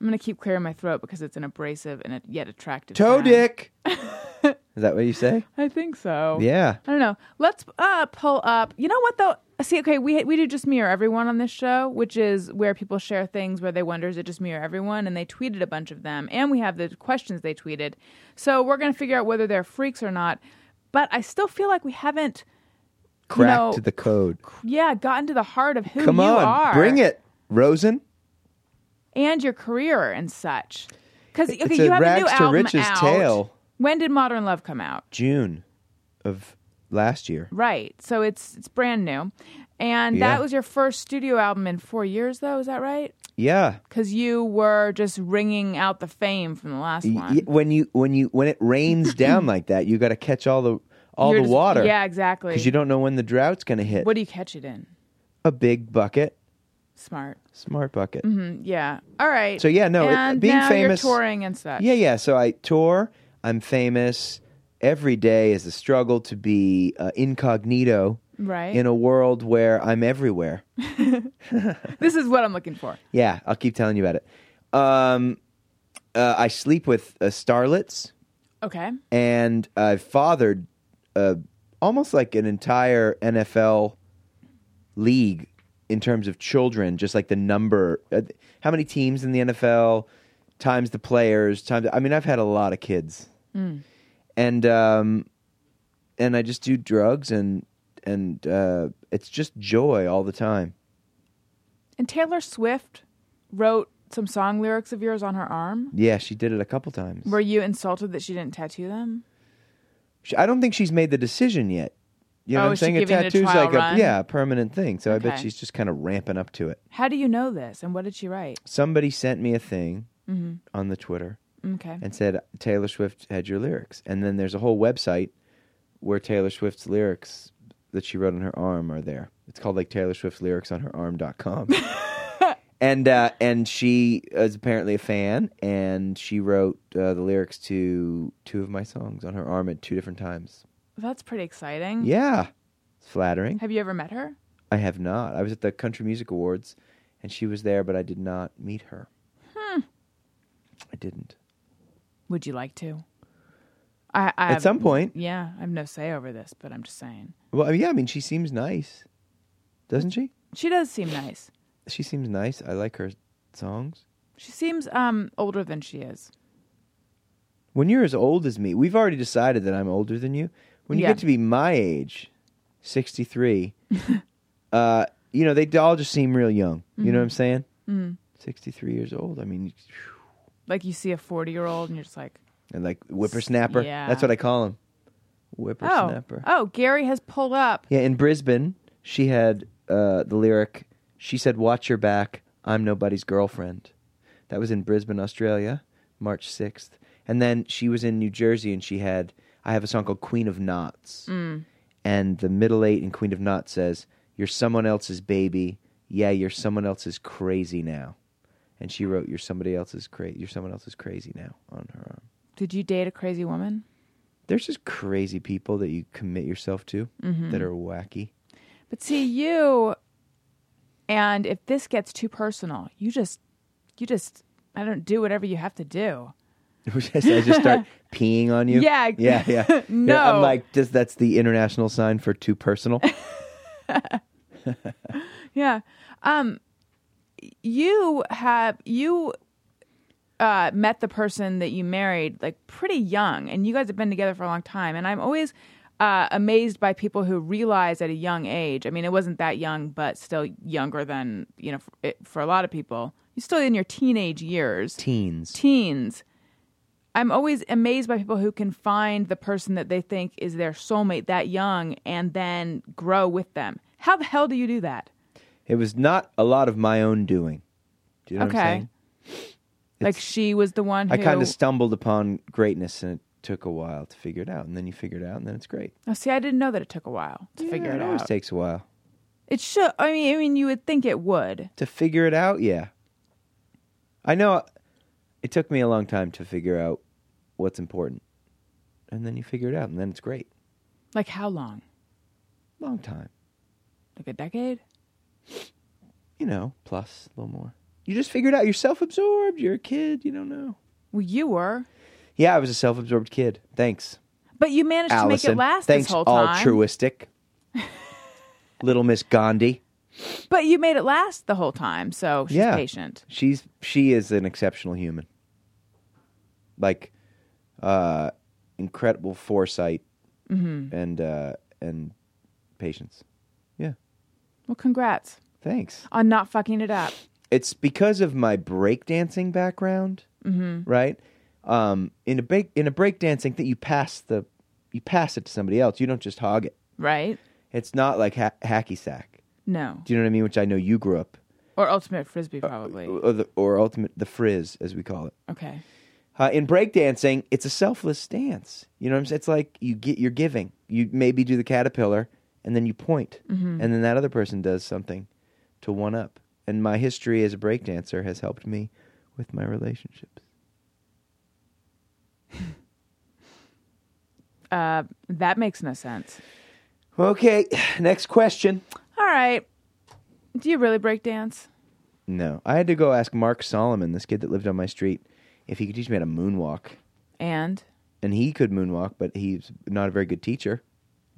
I'm gonna keep clearing my throat because it's an abrasive and a yet attractive
Toe
sound.
dick. is that what you say?
I think so.
Yeah.
I don't know. Let's uh, pull up. You know what though? See, okay, we we do just mirror everyone on this show, which is where people share things where they wonder is it just mirror everyone, and they tweeted a bunch of them, and we have the questions they tweeted. So we're gonna figure out whether they're freaks or not. But I still feel like we haven't,
Cracked
know-
the code.
yeah, gotten to the heart of who
Come
you
on,
are.
bring it, Rosen.
and your career and such. Because
It's
okay,
a
you have a new
rags to
album
riches
out.
tale.
When did Modern Love come out?
June of last year.
Right. So it's it's brand new. And
Yeah.
that was your first studio album in 4 years though, is that right?
Yeah.
Cuz you were just wringing out the fame from the last
Y-
one.
y- When you when you when it rains down like that, you got to catch all the all
You're
the
just-
water.
Yeah, exactly.
Because you don't know when the drought's going to hit.
what do you catch it in?
a big bucket,
Smart.
smart bucket.
Yeah. All right.
So, yeah, no, it-
and
being
now
famous-
you're touring and such.
Yeah, yeah. So I tour. I'm famous. Every day is a struggle to be uh, incognito
Right.
in a world where I'm everywhere.
this is what I'm looking for.
Yeah, I'll keep telling you about it. Um, uh, I sleep with uh, starlets,
Okay.
and I've fathered uh, almost like an entire NFL league in terms of children, just like the number, uh, how many teams in the NFL, times the players, times. I mean, I've had a lot of kids, and um, and I just do drugs and and uh, it's just joy all the time.
And Taylor Swift wrote some song lyrics of yours on her arm.
Yeah, she did it a couple times.
Were you insulted that she didn't tattoo them?
She, I don't think she's made the decision yet. You know
Oh,
what I'm
is she
saying?
giving it a
tattoo's
trial
like
run?
a yeah, a permanent thing. So I bet
Okay.
she's just kind of ramping up to it.
How do you know this? And what did she write?
Somebody sent me a thing
Mm-hmm.
on the Twitter
Okay.
and said Taylor Swift had your lyrics. And then there's a whole website where Taylor Swift's lyrics that she wrote on her arm are there. It's called like Taylor Swift's lyrics on her arm.com. and uh, and she is apparently a fan and she wrote uh, the lyrics to two of my songs on her arm at two different times.
That's pretty exciting.
Yeah. It's flattering.
Have you ever met her?
I have not. I was at the Country Music Awards and she was there, but I did not meet her. I didn't.
Would you like to? I, I
At some point.
Yeah, I have no say over this, but I'm just saying.
Well, I mean, yeah, I mean, she seems nice. Doesn't she?
She does seem nice.
She seems nice. I like her songs.
She seems um older than she is.
When you're as old as me, we've already decided that I'm older than you. When you
Yeah.
get to be my age, 63, uh, you know, they all just seem real young. You know what I'm saying? Mm. 63 years old. I mean,
Like you see a 40 year old and you're just like,
and like whippersnapper.
Yeah.
That's what I call him.
oh,
Whippersnapper.
oh, Gary has pulled up.
Yeah, in Brisbane, she had uh, the lyric, she said, Watch your back, I'm nobody's girlfriend. That was in Brisbane, Australia, March 6th. And then she was in New Jersey and she had, I have a song called Queen of Knots.
Mm.
And the middle eight in Queen of Knots says, You're someone else's baby. Yeah, you're someone else's crazy now. And she wrote, You're somebody else's crazy. You're someone else's crazy now on her arm.
Did you date a crazy woman?
There's just crazy people that you commit yourself to
Mm-hmm.
that are wacky.
But see you, and if this gets too personal, you just, you just, I don't do whatever you have to do.
Just- I just start peeing on you.
Yeah.
yeah, yeah. You know,
No.
I'm like, just that's the international sign for too personal.
Yeah. Um you have you uh met the person that you married like pretty young and you guys have been together for a long time and I'm always uh, amazed by people who realize at a young age. I mean, it wasn't that young, but still younger than you know. For, it, for a lot of people, you're still in your teenage years
Teens.
teens, I'm always amazed by people who can find the person that they think is their soulmate that young and then grow with them. How the hell do you do that?
It was not a lot of my own doing. Do you know what I'm
okay.
saying?
Like she was the one who
I kind of stumbled upon greatness, and it took a while to figure it out. And then you figure it out, and then it's great.
Oh, see, I didn't know that it took a while to figure
Yeah,
it,
it always
out.
takes a while
it should. I mean, I mean, you would think it would.
to figure it out. Yeah, I know. It took me a long time to figure out what's important, and then you figure it out, and then it's great.
Like how long?
Long time,
Like a decade?
you know, plus a little more. You just figure it out. You're self-absorbed. You're a kid. You don't know.
Well, you were,
Yeah, I was a self-absorbed kid. Thanks.
but you managed to
Allison.
make it last
Thanks,
this whole time.
altruistic. Little Miss Gandhi.
But you made it last the whole time, so she's
Yeah.
patient.
She's she is an exceptional human. Like uh incredible foresight
Mm-hmm.
and uh and patience. Yeah.
Well, congrats
Thanks.
on not fucking it up.
It's because of my breakdancing background, mm-hmm. right? Um in a big in a breakdancing thing you pass the you pass it to somebody else. You don't just hog it.
Right?
It's not like ha- hacky sack.
No.
Do you know what I mean? Which I know you grew up
Or ultimate frisbee,
Uh,
probably.
or the or ultimate the frizz as we call it.
okay.
Uh, in breakdancing, it's a selfless dance. You know what I'm saying? It's like you get you're giving. You maybe do the caterpillar and then you point, and then that other person does something to one up. And my history as a breakdancer has helped me with my relationships.
Uh, that makes no sense.
Okay, next question.
All right. Do you really break dance?
No, I had to go ask Mark Solomon, this kid that lived on my street, if he could teach me how to moonwalk.
And
And he could moonwalk, but he's not a very good teacher.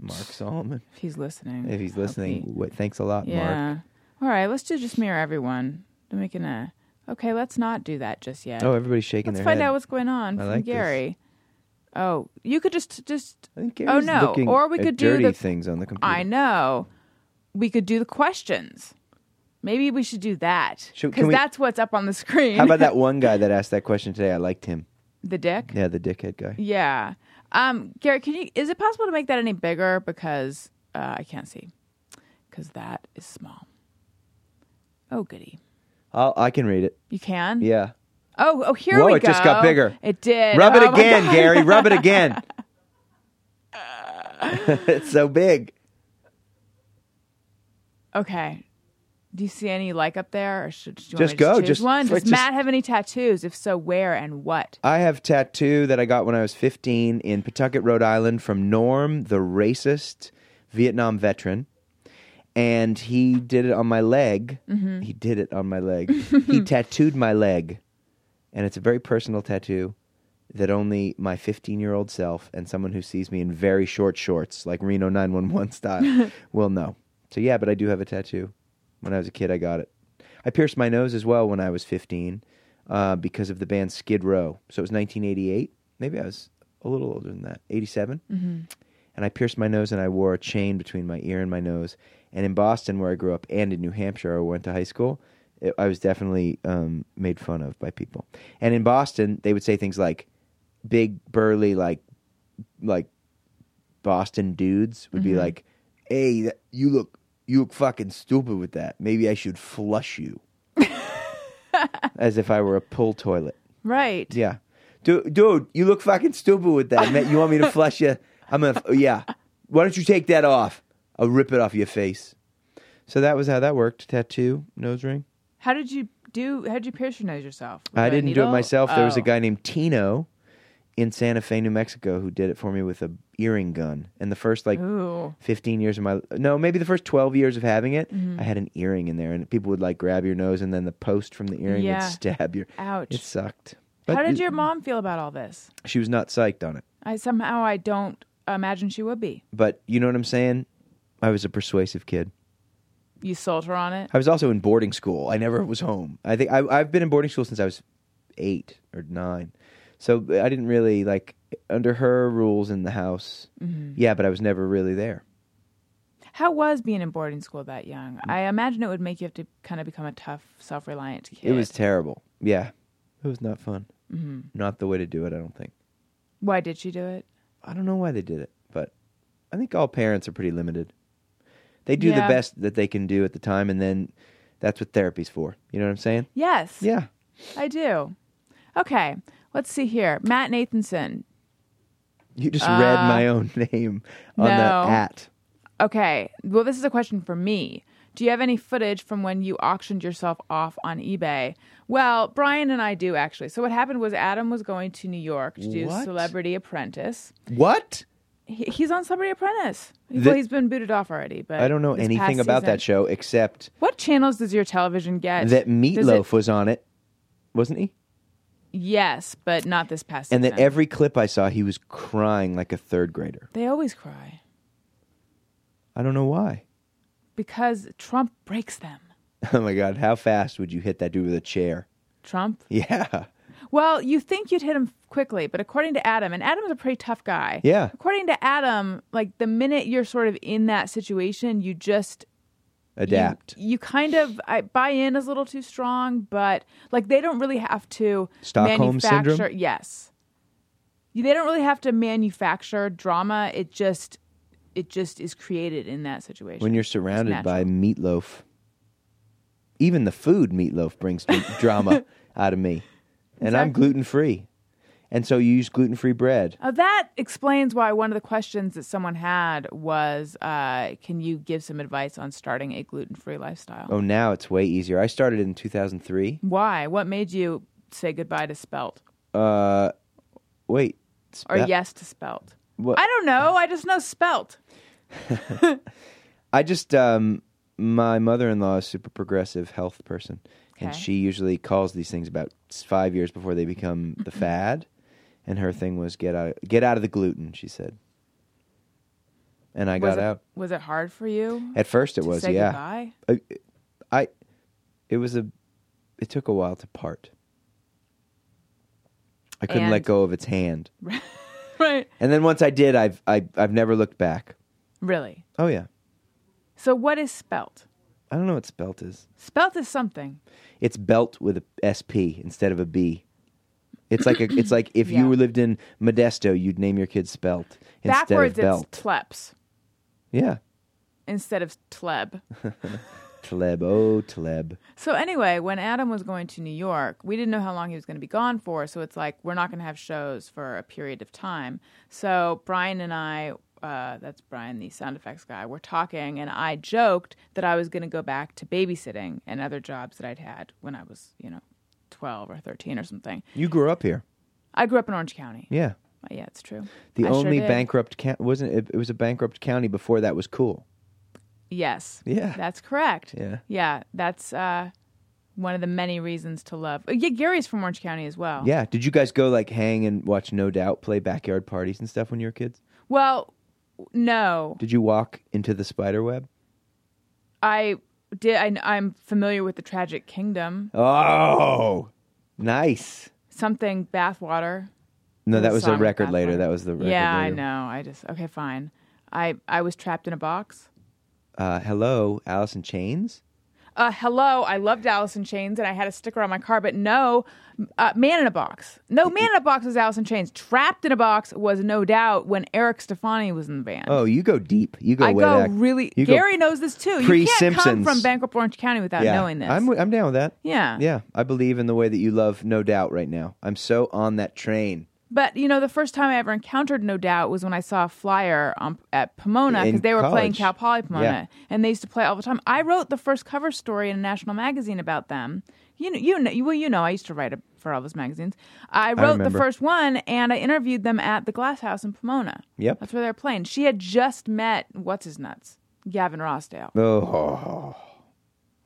Mark Solomon,
if he's listening.
if he's
hope
listening,
he-
wait, thanks a lot, Mark.
Yeah. All right. Let's ju- just mirror everyone. Then we can. Uh, okay. Let's not do that just yet.
Oh, everybody's shaking
let's
their
find
head.
out what's going on
I
from
like this.
Gary. Oh, you could just just.
I think
oh
Gary's
no.
looking
Or we
at
could
dirty
do the.
things on the computer.
I know. We could do the questions. Maybe we should do that
Should-
because
can we-
that's what's up on the screen.
How about that one guy that asked that question today? I liked him.
the dick?
Yeah, the dickhead guy.
Yeah. Um, Gary, can you? Is it possible to make that any bigger? Because uh, I can't see. Because that is small. Oh goody,
I'll, I can read it.
you can.
Yeah.
Oh, oh, here
Whoa,
we go.
it just got bigger.
It did.
Rub it
Oh, my
again,
God.
Gary. Rub it again. it's so big.
Okay. Do you see any like up there, or should, should you want
Just
me to
go,
choose
just-
one?
flick,
Does
just-
Matt have any tattoos? If so, where and what?
I have tattoo that I got when I was 15 in Pawtucket, Rhode Island from Norm, the racist Vietnam veteran. And he did it on my leg. He did it on my leg. he tattooed my leg. And it's a very personal tattoo that only my 15 year old self and someone who sees me in very short shorts, like Reno 911 style, will know. So, yeah, but I do have a tattoo. When I was a kid, I got it. I pierced my nose as well when I was 15 uh, because of the band Skid Row. So it was 1988. Maybe I was a little older than that, 87. Mm-hmm. And I pierced my nose and I wore a chain between my ear and my nose. And in Boston, where I grew up, and in New Hampshire, where I went to high school, it, I was definitely um, made fun of by people. And in Boston, they would say things like, big, burly, like, like Boston dudes would be like, "Hey, that, you look you look fucking stupid with that. Maybe I should flush you." As if I were a pull toilet.
Right.
Yeah. Dude, dude, you look fucking stupid with that. Man, you want me to flush you? I'm going to yeah. Why don't you take that off? I'll rip it off your face. So that was how that worked. Tattoo, nose ring.
How did you do? How did you pierce your nose yourself? With
I
a
didn't do it
needle?
myself. There was a
Oh.
guy named Tino in Santa Fe, New Mexico, who did it for me with a earring gun. And the first like
Ooh.
15 years of my no maybe the first 12 years of having it
Mm-hmm.
i had an earring in there and people would like grab your nose and then the post from the earring
Yeah.
would stab your
Ouch.
it sucked
How did
it-
your mom feel about all this?
she was not psyched on it
I somehow I don't imagine she would be.
but you know what i'm saying i was a persuasive kid
you sold her on it.
I was also in boarding school. I never was home. I think I, I've been in boarding school since I was eight or nine, so I didn't really like under her rules in the house. Yeah, but I was never really there.
How was being in boarding school that
Mm.
young? I imagine it would make you have to kind of become a tough, self-reliant kid.
It was terrible. Yeah, it was not fun. Not the way to do it. I don't think.
Why did she do it?
I don't know why they did it, but I think all parents are pretty limited. They do
Yeah.
the best that they can do at the time, and then that's what therapy's for. You know what I'm saying?
Yes.
Yeah.
I do. Okay, let's see here. Matt Nathanson.
You just read my own name on the
Uh, no.
at.
Okay, well, this is a question for me. Do you have any footage from when you auctioned yourself off on eBay? Well, Brian and I do actually. So what happened was Adam was going to New York to do
What?
Celebrity Apprentice.
What?
He, he's on Celebrity Apprentice.
The-
well, he's been booted off already, but
I don't know
Uh, this
anything
past
about
season-
that show except
What channels does your television get?
that
Does
Meatloaf
it-
was on it, wasn't he?
yes, but not this past.
And that
season.
every clip I saw, he was crying like a third grader.
they always cry
I don't know why.
because Trump breaks them.
Oh my God, how fast would you hit that dude with a chair?
Trump.
Yeah.
Well, you think you'd hit him quickly, but according to Adam, and Adam's a pretty tough guy.
Yeah.
According to Adam, like the minute you're sort of in that situation, you just you-
Adapt.
You, kind of I, buy in is a little too strong, but like they don't really have to
Stockholm
manufacture.
syndrome?
Yes, You- they don't really have to manufacture drama. It just it just is created in that situation.
when you're
It's
surrounded by
natural.
meatloaf, even the food meatloaf brings d- drama out of me. And I'm
Exactly.
gluten free. And so you use gluten free bread.
Now Uh, that explains why one of the questions that someone had was, uh, "Can you give some advice on starting a gluten-free lifestyle?"
Oh, now it's way easier. I started in 2003.
Why? What made you say goodbye to spelt
Uh, wait.
or
spe-
yes to spelt?
What-
I don't know. I just know spelt.
I just um my mother-in-law is a super progressive health person and
Okay.
she usually calls these things about s- 5 years before they become the
Mm-hmm.
fad and her thing was get out get out of the gluten she said. And I
was
got
it,
out.
Was it hard for you?
At first it
to
was
say
yeah. Uh,
goodbye?
I, I it was a it took a while to part. I couldn't
And-
let go of its hand.
Right.
And then once I did, I've I, I've never looked back.
Really.
Oh yeah.
So what is spelt?
I don't know what spelt is.
Spelt is something.
It's belt with a SP instead of a B. It's like a, it's like if
Yeah.
you lived in Modesto, you'd name your kid Spelt instead
Backwards,
of Belt.
it's tleps
yeah,
instead of tleb.
Taleb. Oh, Taleb.
So anyway, when Adam was going to New York, we didn't know how long he was going to be gone for. So it's like we're not going to have shows for a period of time. So Brian and I, uh, that's Brian, the sound effects guy, were talking, and I joked that I was going to go back to babysitting and other jobs that I'd had when I was, you know, twelve or thirteen or something.
You grew up here.
I grew up in Orange County.
Yeah,
Uh, Yeah, it's true.
the
I sure
only
did.
bankrupt county wasn't it, it was a bankrupt county before that was cool.
Yes.
Yeah.
That's correct.
Yeah.
Yeah. That's uh, one of the many reasons to love. Uh, Yeah, Gary's from Orange County as well.
Yeah. Did you guys go like hang and watch No Doubt play backyard parties and stuff when you were kids?
Well, no,
Did you walk into the spider web?
I did. I, I'm familiar with the Tragic Kingdom.
Oh, nice.
Something bathwater.
No, that
The
was
song
a
with
record later.
Bathwater.
That was the record
yeah. I
later.
know. I just okay. Fine. I I was trapped in a box.
Uh, hello, Alice in Chains.
Uh, hello. I loved Alice in Chains, and I had a sticker on my car. But no, uh, Man in a Box.
Mm-hmm.
No, Man in a Box was Alice in Chains. Trapped in a Box was no doubt when Eric Stefani was in the band.
Oh, you go deep. You go
I
way
go
back.
really.
You go-
Gary knows this too. You can't come
pre-Simpsons.
from Bankrupt Orange County without
yeah.
knowing this.
I'm w- I'm down with that.
yeah.
Yeah, I believe in the way that you love No Doubt right now. I'm so on that train.
But you know, the first time I ever encountered No Doubt was when I saw a flyer um, at Pomona
In
because they were playing
college.
Cal Poly Pomona,
Yeah.
and they used to play all the time. I wrote the first cover story in a national magazine about them. You know, you know, well, you know, I used to write a, for all those magazines. I wrote the
remember.
first one, and I interviewed them at the Glass House in Pomona.
Yep.
that's where they're playing. She had just met what's his nuts, Gavin Rossdale.
Oh.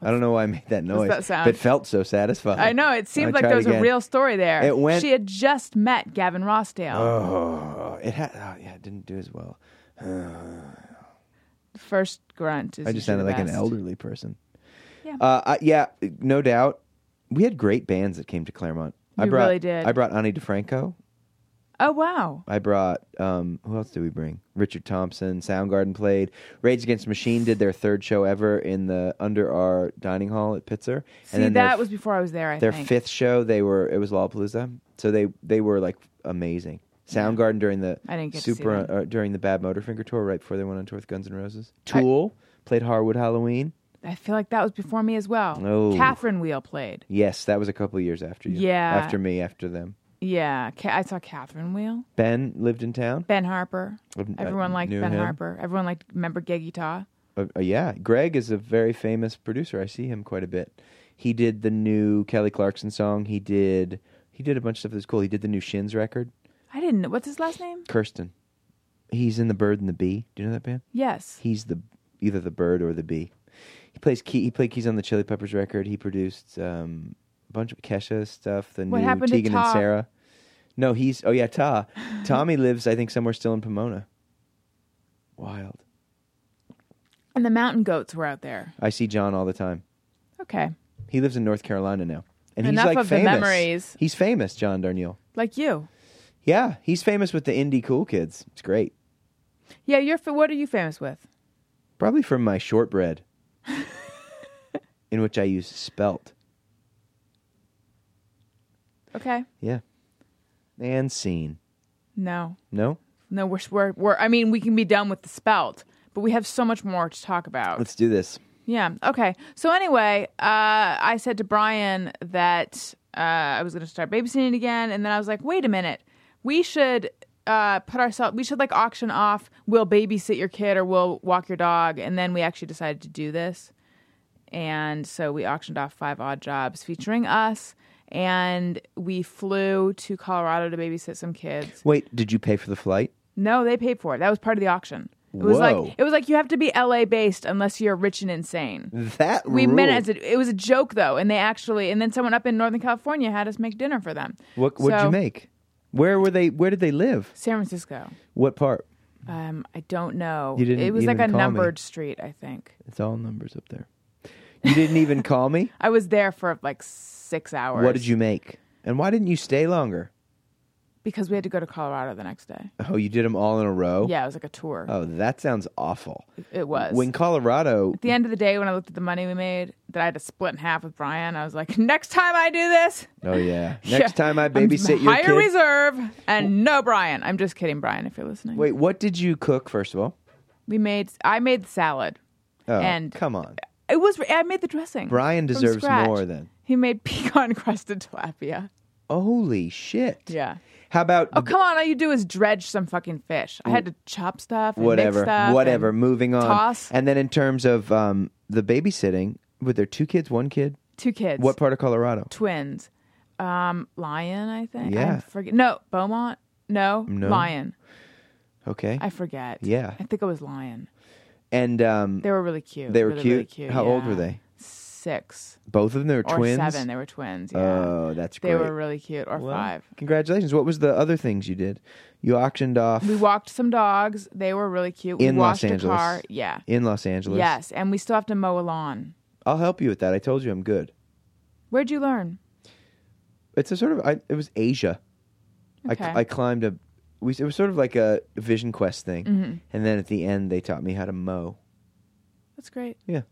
I don't know why I made that noise,
that sound?
but felt so satisfying.
I know it seemed
I'll
like
try
there
it
was a
again.
real story there.
It went-
She had just met Gavin Rossdale.
Oh, it had. Oh, yeah, it didn't do as well.
first grunt is
I just
usually
sounded
the
like an
best.
elderly person.
Yeah.
Uh, I, yeah, no doubt. We had great bands that came to Claremont. I
We
brought,
really did.
I brought Ani DeFranco.
Oh wow.
I brought um, who else did we bring? Richard Thompson, Soundgarden played. Rage Against the Machine did their third show ever in the under our dining hall at Pitzer.
See, that
their,
was before I was there. I
their
think.
fifth show. They were it was Lollapalooza, so they they were like amazing. Soundgarden during the
I didn't get to see
super
them.
uh, during the Bad Motorfinger tour right before they went on tour with Guns N' Roses. Tool played Harwood Halloween.
I feel like that was before me as well.
Oh.
Catherine Wheel played.
Yes, that was a couple years after you.
Yeah.
after me, after them.
Yeah, Ca- I saw Catherine Wheel.
Ben lived in town.
Ben Harper.
Wouldn't- I
Everyone liked
uh, knew
Ben
him.
Harper. Everyone liked. Remember Geggy Ta?
Uh, uh, yeah, Greg is a very famous producer. I see him quite a bit. He did the new Kelly Clarkson song. He did he did a bunch of stuff that was cool. He did the new Shins record,
I didn't. know. What's his last name?
Kirsten. He's in the Bird and the Bee. Do you know that band?
Yes.
He's the either the Bird or the Bee. He plays key, he played keys on the Chili Peppers record. He produced um, a bunch of Kesha stuff. The
What
new
happened to
Tegan and
Ta?
Sarah. No, he's oh yeah, Ta. Tommy lives I think somewhere still in Pomona. Wild.
And the Mountain Goats were out there.
I see John all the time.
Okay.
He lives in North Carolina now, and
Enough
he's like
of the
famous.
memories.
He's famous, John Darnielle.
Like you.
Yeah, he's famous with the indie cool kids. It's great.
Yeah, you're. fa- What are you famous with?
Probably from my shortbread, in which I use spelt.
Okay.
Yeah, and scene.
No.
No,
No, we're, we're we're. I mean, we can be done with the spelt, but we have so much more to talk about.
let's do this.
Yeah. Okay. So anyway, uh, I said to Brian that uh, I was going to start babysitting again, and then I was like, wait a minute, we should uh, put ourselves, we should like auction off, we'll babysit your kid or we'll walk your dog, and then we actually decided to do this, and so we auctioned off five odd jobs featuring us, and we flew to Colorado to babysit some kids.
Wait, did you pay for the flight?
No, they paid for it. That was part of the auction. It was
Whoa.
like it was like you have to be LA based unless you're rich and insane.
That
We
ruled.
meant it as a, it was a joke though, and they actually and then someone up in Northern California had us make dinner for them.
What what'd
So-
you make? Where were they? Where did they live?
San Francisco.
What part?
Um, I don't know.
You didn't
it was like a
even call me.
numbered street, I think.
It's all numbers up there. You didn't even call me.
I was there for like six hours.
What did you make? And why didn't you stay longer?
Because we had to go to Colorado the next day.
Oh, you did them all in a row.
Yeah, it was like a tour.
Oh, that sounds awful.
It was.
When Colorado,
at the end of the day, when I looked at the money we made, that I had to split in half with Brian, I was like, next time I do this,
oh yeah, next
Yeah.
time I
I'm
babysit your
higher
kid.
reserve and no Brian. I'm just kidding, Brian. If you're listening,
Wait, what did you cook first of all?
we made I made the salad.
Oh,
And-
come on,
It was I made the dressing.
Brian
from
deserves
scratch.
more than.
he made pecan crusted tilapia.
Holy shit!
Yeah.
How about
Oh come on! All you do is dredge some fucking fish. I had to chop stuff, and
whatever,
mix stuff
whatever?
and
Moving on.
toss.
And then in terms of um, the babysitting, were there two kids, one kid?
two kids,
What part of Colorado?
twins, um, Lion, I think.
Yeah.
I forget. No, Beaumont. No,
No.
Lion.
Okay.
I forget.
Yeah.
I think it was Lion.
and um,
They were really cute.
They were
really,
cute?
Really cute.
How old were
yeah.
they?
Six.
both of them they were
or
twins.
seven. They were twins. Yeah.
Oh, that's
they
great.
were really cute. Or
Well,
five.
Congratulations. What was the other things you did? You auctioned off
We walked some dogs. They were really cute.
In
we
Los
washed
Angeles.
a car. Yeah.
in Los Angeles.
Yes, and we still have to mow a lawn.
I'll help you with that. I told you I'm good.
Where'd you learn?
It's a sort of I, it was Asia.
Okay.
I, I climbed a we it was sort of like a vision quest thing,
Mm-hmm.
and then at the end they taught me how to mow.
That's great.
Yeah.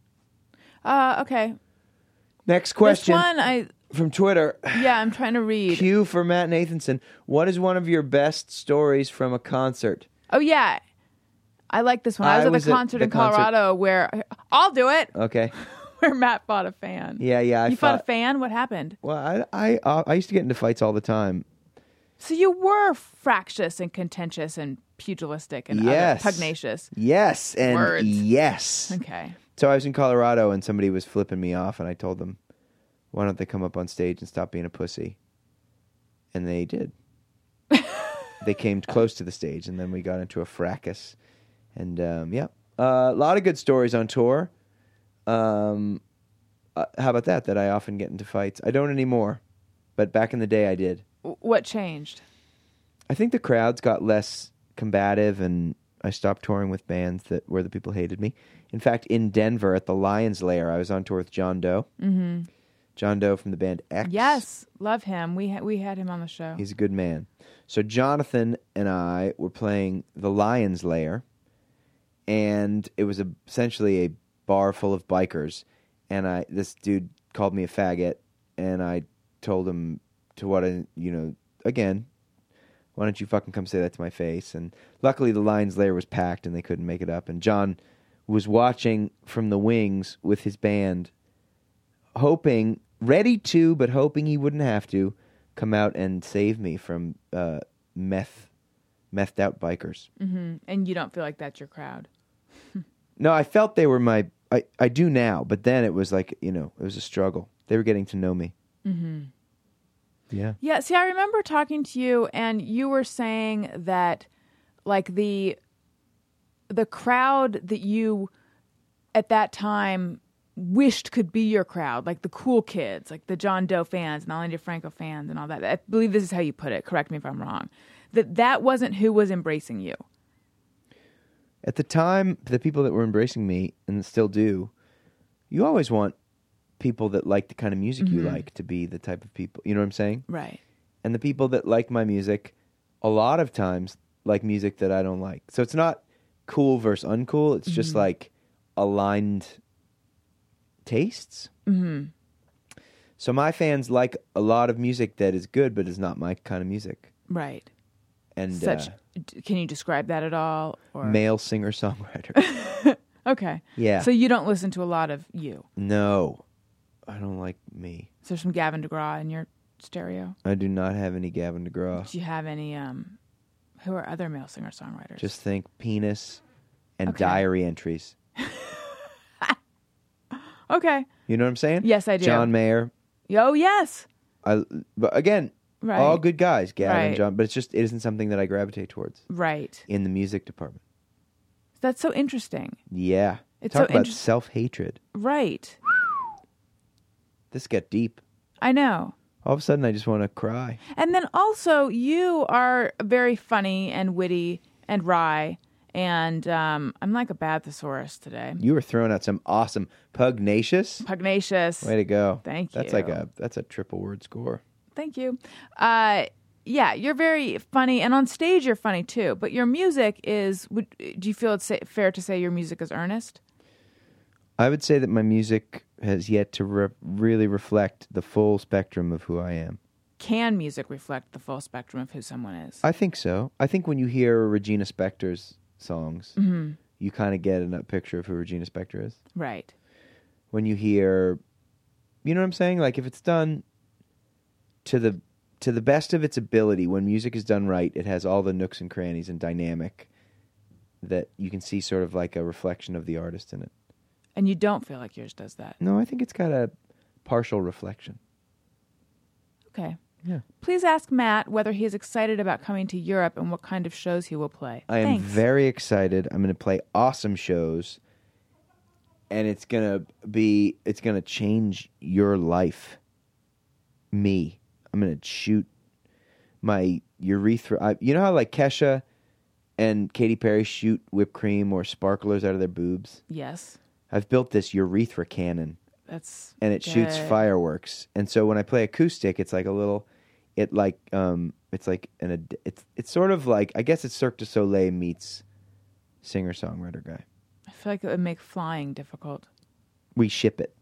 Uh, okay.
Next question
This one, I
from Twitter.
yeah, I'm trying to read.
Q for Matt Nathanson. What is one of your best stories from a concert?
Oh yeah, I like this one. I was
I
at
was
the
at
concert
the
in
concert-
Colorado where I'll do it.
Okay.
Where Matt fought a fan.
Yeah, yeah. I
you
fought,
fought a fan. What happened?
Well, I I uh, I used to get into fights all the time.
So you were fractious and contentious and pugilistic and other-
Yes.
pugnacious.
Yes and
Words.
yes.
Okay.
So I was in Colorado and somebody was flipping me off, and I told them, "Why don't they come up on stage and stop being a pussy?" And they did. they came close to the stage, and then we got into a fracas. And um, yeah, Uh, a lot of good stories on tour. Um, uh, how about that? That I often get into fights. I don't anymore, but back in the day, I did.
W- What changed?
I think the crowds got less combative and I stopped touring with bands that where the people hated me. In fact, in Denver at the Lions Lair, I was on tour with John Doe. Mm-hmm. John Doe from the band X.
Yes, love him. We ha- we had him on the show.
He's a good man. So Jonathan and I were playing the Lion's Lair, and it was a, essentially a bar full of bikers. And I this dude called me a faggot, and I told him to what I you know again. Why don't you fucking come say that to my face? And luckily, the Lion's Lair was packed, and they couldn't make it up. And John was watching from the wings with his band hoping, ready to, but hoping he wouldn't have to come out and save me from uh, meth, methed out bikers.
And you don't feel like that's your crowd.
No, I felt they were my. I, I do now, but then it was like you know it was a struggle. They were getting to know me. Mm-hmm. Yeah.
Yeah, see, I remember talking to you, and you were saying that, like the, the crowd that you, at that time, wished could be your crowd, like the cool kids, like the John Doe fans and the Alan DeFranco fans and all that. I believe this is how you put it. Correct me if I'm wrong. That that wasn't who was embracing you.
At the time, the people that were embracing me and still do, you always want people that like the kind of music you like to be the type of people. You know what I'm saying?
Right.
and the people that like my music a lot of times like music that I don't like. So it's not cool versus uncool. It's
Mm-hmm.
just like aligned tastes. Mm-hmm. So my fans like a lot of music that is good, but is not my kind of music.
Right.
And
Such.
uh,
d- Can you describe that at all? Or
male singer songwriter.
okay.
Yeah.
So you don't listen to a lot of you.
no, I don't like me.
Is there some Gavin DeGraw in your stereo?
I do not have any Gavin DeGraw.
Do you have any? um Who are other male singer songwriters?
Just think penis and
Okay.
diary entries.
okay.
You know what I'm saying?
Yes, I do.
John Mayer,
Oh yes.
I but again,
Right.
all good guys, Gavin
Right.
and John. But it's just it isn't something that I gravitate towards
Right.
in the music department.
That's so interesting.
Yeah,
It's
talk
so
about
interest-
self hatred.
Right.
This got deep.
I know.
All of a sudden, I just want to cry.
And then also, you are very funny and witty and wry. And um, I'm like a bad thesaurus today.
You were throwing out some awesome pugnacious.
Pugnacious.
Way to go!
Thank
That's like
you.
a that's a triple word score.
Thank you. Uh, yeah, you're very funny, and on stage you're funny too. But your music is. Would, do you feel it's sa- fair to say your music is earnest?
I would say that my music has yet to re- really reflect the full spectrum of who I am.
Can music reflect the full spectrum of who someone is?
I think so. I think when you hear Regina Spektor's songs,
Mm-hmm.
you kind of get a picture of who Regina Spektor is.
right.
when you hear you know what I'm saying? Like if it's done to the to the best of its ability, when music is done right, it has all the nooks and crannies and dynamic that you can see sort of like a reflection of the artist in it.
And you don't feel like yours does that.
No, I think it's got a partial reflection.
Okay.
Yeah.
Please ask Matt whether he is excited about coming to Europe and what kind of shows he will play.
I am
Thanks.
very excited. I'm going to play awesome shows and it's going to be it's going to change your life. Me. I'm going to shoot my urethra. I, you know how like Kesha and Katy Perry shoot whipped cream or sparklers out of their boobs?
yes.
I've built this urethra cannon
That's
and it shoots
good.
fireworks. And so when I play acoustic, it's like a little, it like um, it's like an ad- it's it's sort of like I guess it's Cirque du Soleil meets singer songwriter guy.
I feel like it would make flying difficult.
We ship it.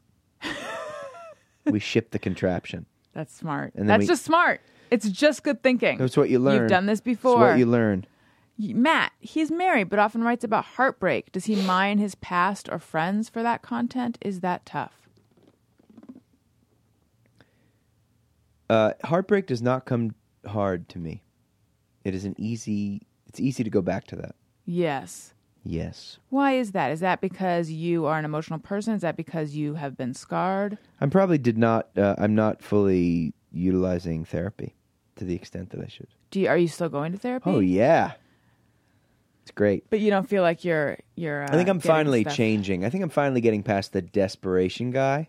we ship the contraption.
That's smart.
And then
That's
we-
just smart. It's just good thinking.
That's what you learn.
You've done this
It's
before.
what you learn.
Y- Matt, he's married but often writes about heartbreak. Does he mine his past or friends for that content? Is that tough?
Uh, heartbreak does not come hard to me. It is an easy. It's easy to go back to that.
Yes.
Yes,
Why is that? Is that because you are an emotional person? Is that because you have been scarred?
I'm probably did not. Uh, I'm not fully utilizing therapy to the extent that I should.
Do you, are you still going to therapy?
Oh yeah, it's great.
But you don't feel like you're you're. Uh,
I think I'm
getting
finally
stuff-
changing. I think I'm finally getting past the desperation guy.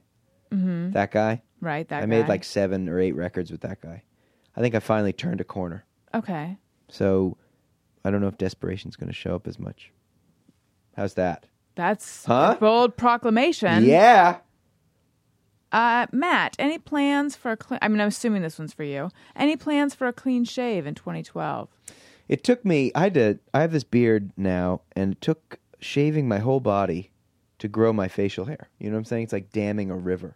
Mm-hmm. That guy.
Right. That
I made
guy.
like seven or eight records with that guy. I think I finally turned a corner.
okay.
So I don't know if desperation's going to show up as much. How's that?
That's
Huh?
a bold proclamation.
yeah.
Uh, Matt, any plans for a clean? I mean, I'm assuming this one's for you. Any plans for a clean shave in 2012?
It took me. I did. I have this beard now, and it took shaving my whole body to grow my facial hair. You know what I'm saying? It's like damming a river.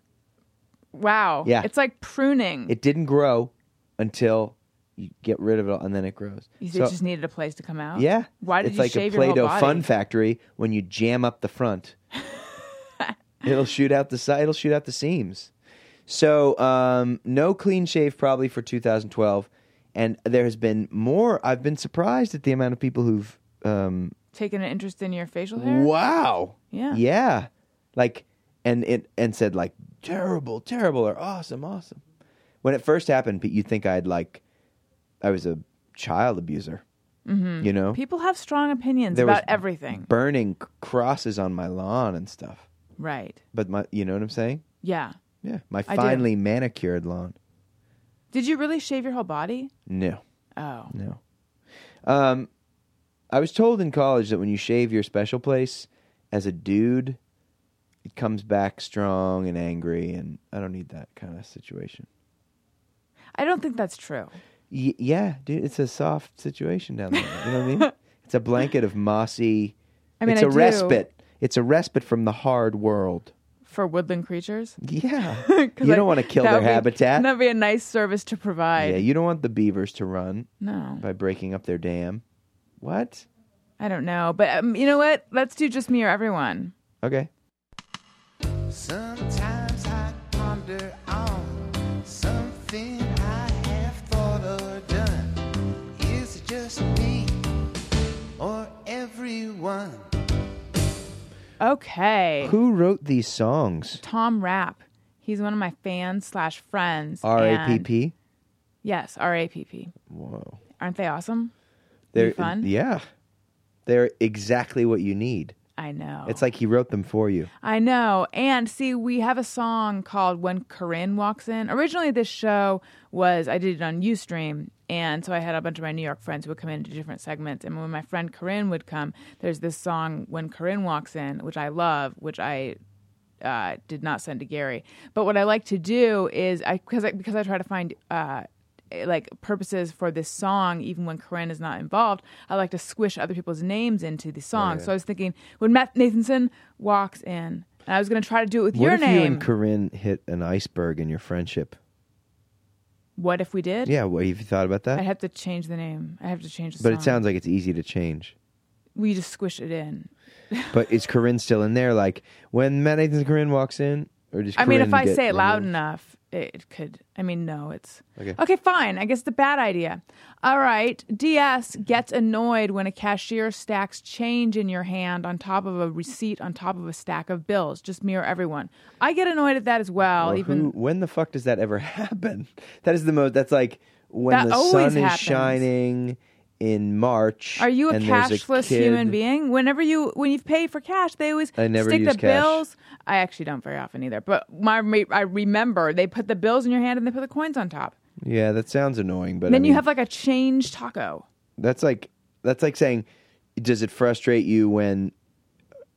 Wow.
Yeah.
It's like pruning.
It didn't grow until you get rid of it, all, and then it grows.
you
So-
just needed a place to come out.
yeah.
Why did
it's
you
like
shave
a Play-Doh
your whole body?
fun factory when you jam up the front. it'll shoot out the side. It'll shoot out the seams. So um, no clean shave probably for 2012, and there has been more. I've been surprised at the amount of people who've. Um,
Taking an interest in your facial hair.
Wow.
Yeah.
Yeah. Like and it and said like terrible, terrible or awesome, awesome. When it first happened, but you'd think I'd like I was a child abuser. Mm-hmm. You know?
People have strong opinions
There was-
about everything.
Burning c- crosses on my lawn and stuff.
Right.
But my you know what I'm saying?
Yeah.
Yeah. My
I do.
finely manicured lawn.
Did you really shave your whole body?
No.
Oh.
No. Um, I was told in college that when you shave your special place as a dude, it comes back strong and angry, and I don't need that kind of situation.
I don't think that's true.
Y- yeah, dude, it's a soft situation down there. You know what I mean? It's a blanket of mossy.
I mean,
it's
I
a
do.
respite. It's a respite from the hard world.
For woodland creatures?
Yeah,
'Cause
you
I-
don't want to kill
that
their
would be-
habitat.
That'd be a nice service to
yeah,
provide.
you don't want the beavers to run
no.
by breaking up their dam. What?
I don't know. But um, you know what? Let's do just me or everyone.
Okay.
Sometimes I ponder on something I have thought or done. Is it just me or everyone?
Okay.
Who wrote these songs?
Tom Rapp. He's one of my fans slash friends.
R A P
and-
P.
Yes, R A P P.
Whoa.
Aren't they awesome?
They're
fun?
Yeah. They're exactly what you need.
I know.
It's like he wrote them for you.
I know. And see, we have a song called When Corinne Walks In. Originally, this show was, I did it on Ustream. And so I had a bunch of my New York friends who would come into different segments. And when my friend Corinne would come, there's this song, When Corinne Walks In, which I love, which I uh, did not send to Gary. But what I like to do is I because I, because I try to find uh, eh, like purposes for this song, even when Corinne is not involved. I like to squish other people's names into the
Oh,
song. So I was thinking when Matt Nathanson walks in, and I was going to try to do it with
what
your
if
name.
you and Corinne hit an iceberg in your friendship?
what if we did?
Yeah, what have you thought about that?
I'd have to change the name. I have to change the
but
song.
it sounds like it's easy to change.
we just squish it in.
But is Corinne still in there? Like when Matt Nathan Corinne walks in, or does
I mean, if
Corinne
I
get
say it loud
removed?
enough, it, it could. I mean, no, it's
Okay.
Fine. I guess it's a bad idea. All right. DS gets annoyed when a cashier stacks change in your hand on top of a receipt on top of a stack of bills. Just me or everyone. I get annoyed at that as well.
Or
even
who- when the fuck does that ever happen? That is the most. That's like when
That
the sun
always
is
happens.
shining in March.
Are you a
and there's
cashless
kid-
human being? Whenever you when you've paid for cash, they always
I never
stick
use
the
cash.
bills. I actually don't very often either, but my I remember they put the bills in your hand and they put the coins on top.
Yeah, that sounds annoying. But I
then you
mean-
have like a change taco.
That's like that's like saying, does it frustrate you when?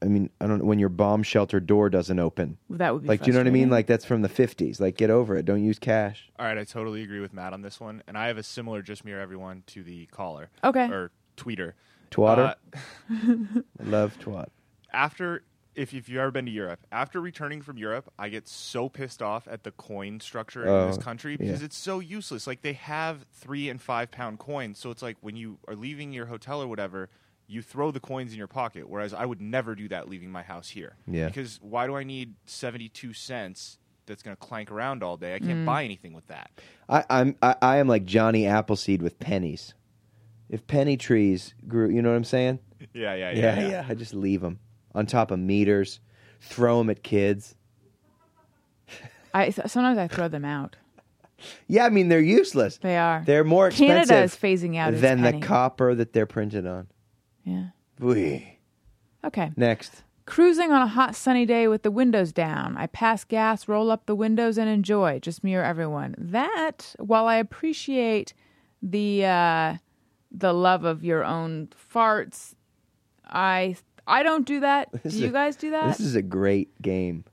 I mean, I don't know when your bomb shelter door doesn't open.
That would be
Like, do you know what I
frustrating.
mean? Like that's from the fifties. Like, get over it. Don't use cash.
All right, I totally agree with Matt on this one, and I have a similar just mirror everyone to the caller.
Okay.
Or tweeter.
Twatter.
Uh,
I Love twat.
after if, if you've ever been to Europe, after returning from Europe, I get so pissed off at the coin structure in this
Oh,
country because
yeah.
it's so useless. Like they have three and five pound coins, so it's like when you are leaving your hotel or whatever, you throw the coins in your pocket. Whereas I would never do that leaving my house here.
Yeah.
Because why do I need seventy two cents that's gonna clank around all day? I can't buy anything with that.
I, I'm I, I am like Johnny Appleseed with pennies. If penny trees grew, you know what I'm saying?
Yeah, yeah, yeah.
I just leave them on top of meters, throw them at kids.
I sometimes I throw them out.
Yeah, I mean they're useless.
They are.
They're more expensive.
Canada is phasing out its
than the
penny.
copper that they're printed on.
yeah.
Whee.
Okay.
Next.
Cruising on a hot sunny day with the windows down. I pass gas, roll up the windows, and enjoy. Just me or everyone. That, while I appreciate the uh, the love of your own farts. I I don't do that. do
is
you
a-
guys do that?
This is a great game.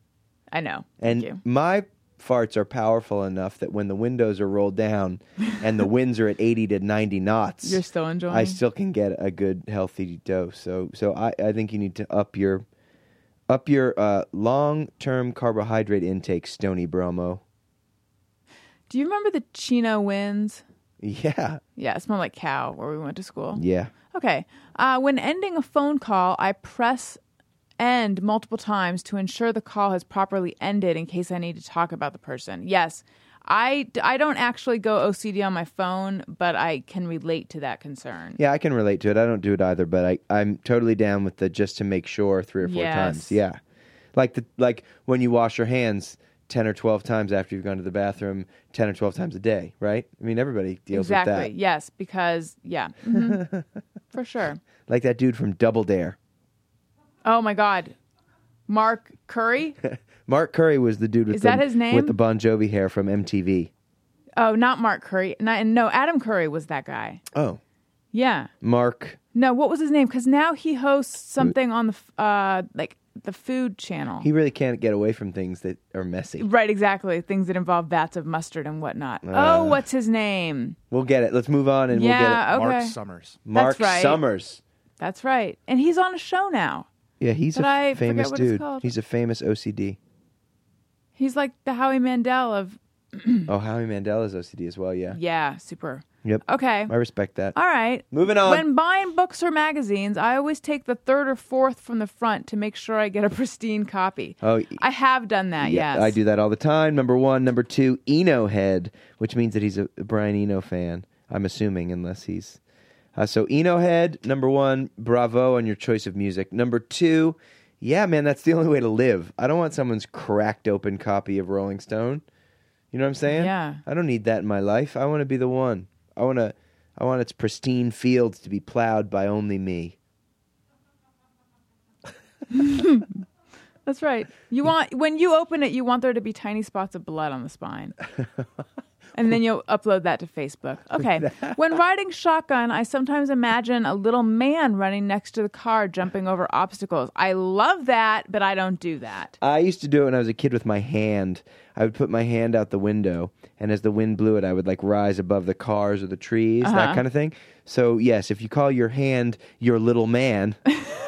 I know. Thank
And
you.
my farts are powerful enough that when the windows are rolled down and the winds are at 80 to 90 knots,
You're still enjoying.
I still can get a good healthy dose. So so I, I think you need to up your up your uh, long-term carbohydrate intake, Stony Bromo.
do you remember the Chino winds?
Yeah.
Yeah, it smelled like cow where we went to school.
Yeah.
Okay. Uh, when ending a phone call, I press end multiple times to ensure the call has properly ended in case I need to talk about the person. Yes, I, I don't actually go OCD on my phone, but I can relate to that concern.
Yeah, I can relate to it. I don't do it either, but I, I'm totally down with the just to make sure three or four
Yes.
times. Yeah. Like the like when you wash your hands ten or twelve times after you've gone to the bathroom, ten or twelve times a day, right? I mean everybody deals
exactly.
with that.
Yes, because, yeah, Mhm. for sure.
Like that dude from Double Dare.
Oh my God. Mark Curry?
Mark Curry was the dude with
Is
the,
that his name?
with the Bon Jovi hair from MTV.
Oh, not Mark Curry. No, no, Adam Curry was that guy.
Oh.
Yeah.
Mark
No, what was his name? Because now he hosts something on the f- uh, like the food channel.
he really can't get away from things that are messy.
right, exactly. Things that involve vats of mustard and whatnot. oh, what's his name?
We'll get it. Let's move on Uh, and we'll get it.
yeah,
Mark
okay,
Summers.
Mark
That's right.
Summers.
that's right. And he's on a show now.
Yeah, he's
But
a
I
f-
forget
famous
what it's
dude.
called.
He's a famous OCD.
He's like the Howie Mandel of
Oh, Howie Mandela's OCD as well. Yeah.
yeah, super.
Yep.
Okay,
I respect that.
all right.
Moving on.
When buying books or magazines, I always take the third or fourth from the front to make sure I get a pristine copy.
Oh, y-
I have done that.
Yeah,
yes,
I do that all the time. Number one, number two, Eno head, which means that he's a Brian Eno fan. I'm assuming, unless he's uh, so Eno head. Number one, bravo on your choice of music. Number two, yeah, man, that's the only way to live. I don't want someone's cracked open copy of Rolling Stone. You know what I'm saying?
Yeah.
I don't need that in my life. I want to be the one. I want to. I want its pristine fields to be plowed by only me.
That's right. You want when you open it, you want there to be tiny spots of blood on the spine. And then you'll upload that to Facebook. Okay. When riding shotgun, I sometimes imagine a little man running next to the car jumping over obstacles. I love that, but I don't do that.
I used to do it when I was a kid with my hand. I would put my hand out the window, and as the wind blew it, I would like rise above the cars or the trees, that kind of thing. So, yes, if you call your hand your little man,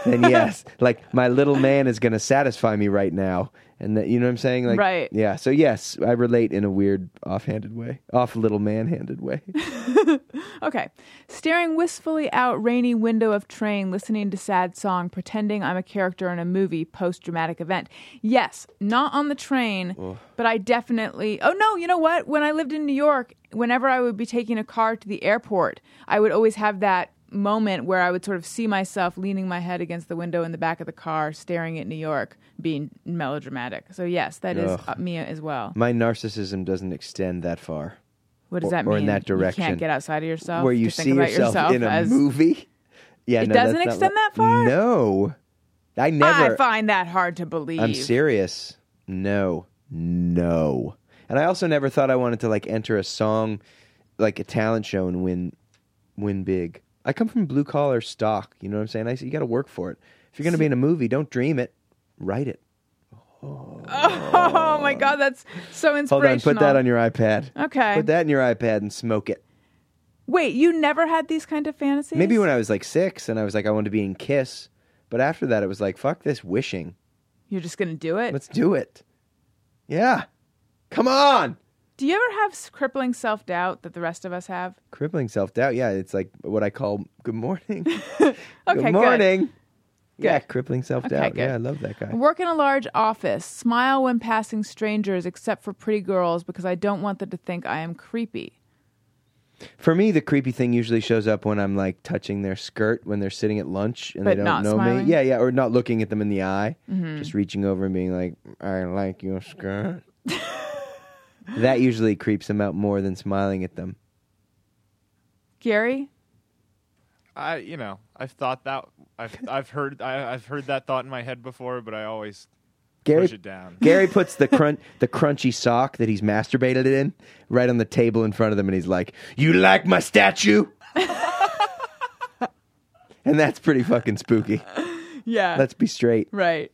then yes, like my little man is going to satisfy me right now. And that, you know what I'm saying? Like,
Right.
Yeah. So, yes, I relate in a weird offhanded way, off little man handed way.
Okay. Staring wistfully out rainy window of train, listening to sad song, pretending I'm a character in a movie post dramatic event. Yes, not on the train, but I definitely. Oh no, you know what? When I lived in New York, whenever I would be taking a car to the airport, I would always have that moment where I would sort of see myself leaning my head against the window in the back of the car, staring at New York, being melodramatic. So yes, that is uh, me as well.
my narcissism doesn't extend that far.
What does
or-
that
or
mean?
in that
You
direction.
can't get outside of yourself.
Where you
to
see
think about
yourself, in a
as
movie. Yeah,
It
no, that's
doesn't
not
extend
what-
that far?
No, I never.
I find that hard to believe.
I'm serious. No, no. And I also never thought I wanted to like enter a song, like a talent show, and win, win big. I come from blue collar stock. You know what I'm saying? I you got to work for it. If you're going to be in a movie, don't dream it, write it.
Oh my god, that's so
Hold
inspirational.
on, put that on your iPad.
Okay.
Put that in your iPad and smoke it.
Wait, you never had these kind of fantasies?
Maybe when I was like six and I was like, I wanted to be in Kiss, but after that, it was like, fuck this wishing.
you're just gonna do it.
Let's do it. Yeah, come on.
Do you ever have s- crippling self doubt that the rest of us have?
crippling self doubt. Yeah, it's like what I call good morning.
Okay,
good morning. Yeah,
Good.
crippling self doubt.
good.
yeah, I love that guy.
Work in a large office. Smile when passing strangers, except for pretty girls, because I don't want them to think I am creepy.
For me, the creepy thing usually shows up when I'm like touching their skirt when they're sitting at lunch and
But
they don't
not
know
smiling?
me. Yeah, yeah, or not looking at them in the eye, just reaching over and being like, "I like your skirt." that usually creeps them out more than smiling at them.
Gary,
I you know I've thought that I've I've heard I, I've heard that thought in my head before, but I always
Gary,
push it down.
Gary puts the crunch, the crunchy sock that he's masturbated in right on the table in front of them, and he's like, "You like my statue?" and that's pretty fucking spooky.
Yeah.
Let's be straight.
right.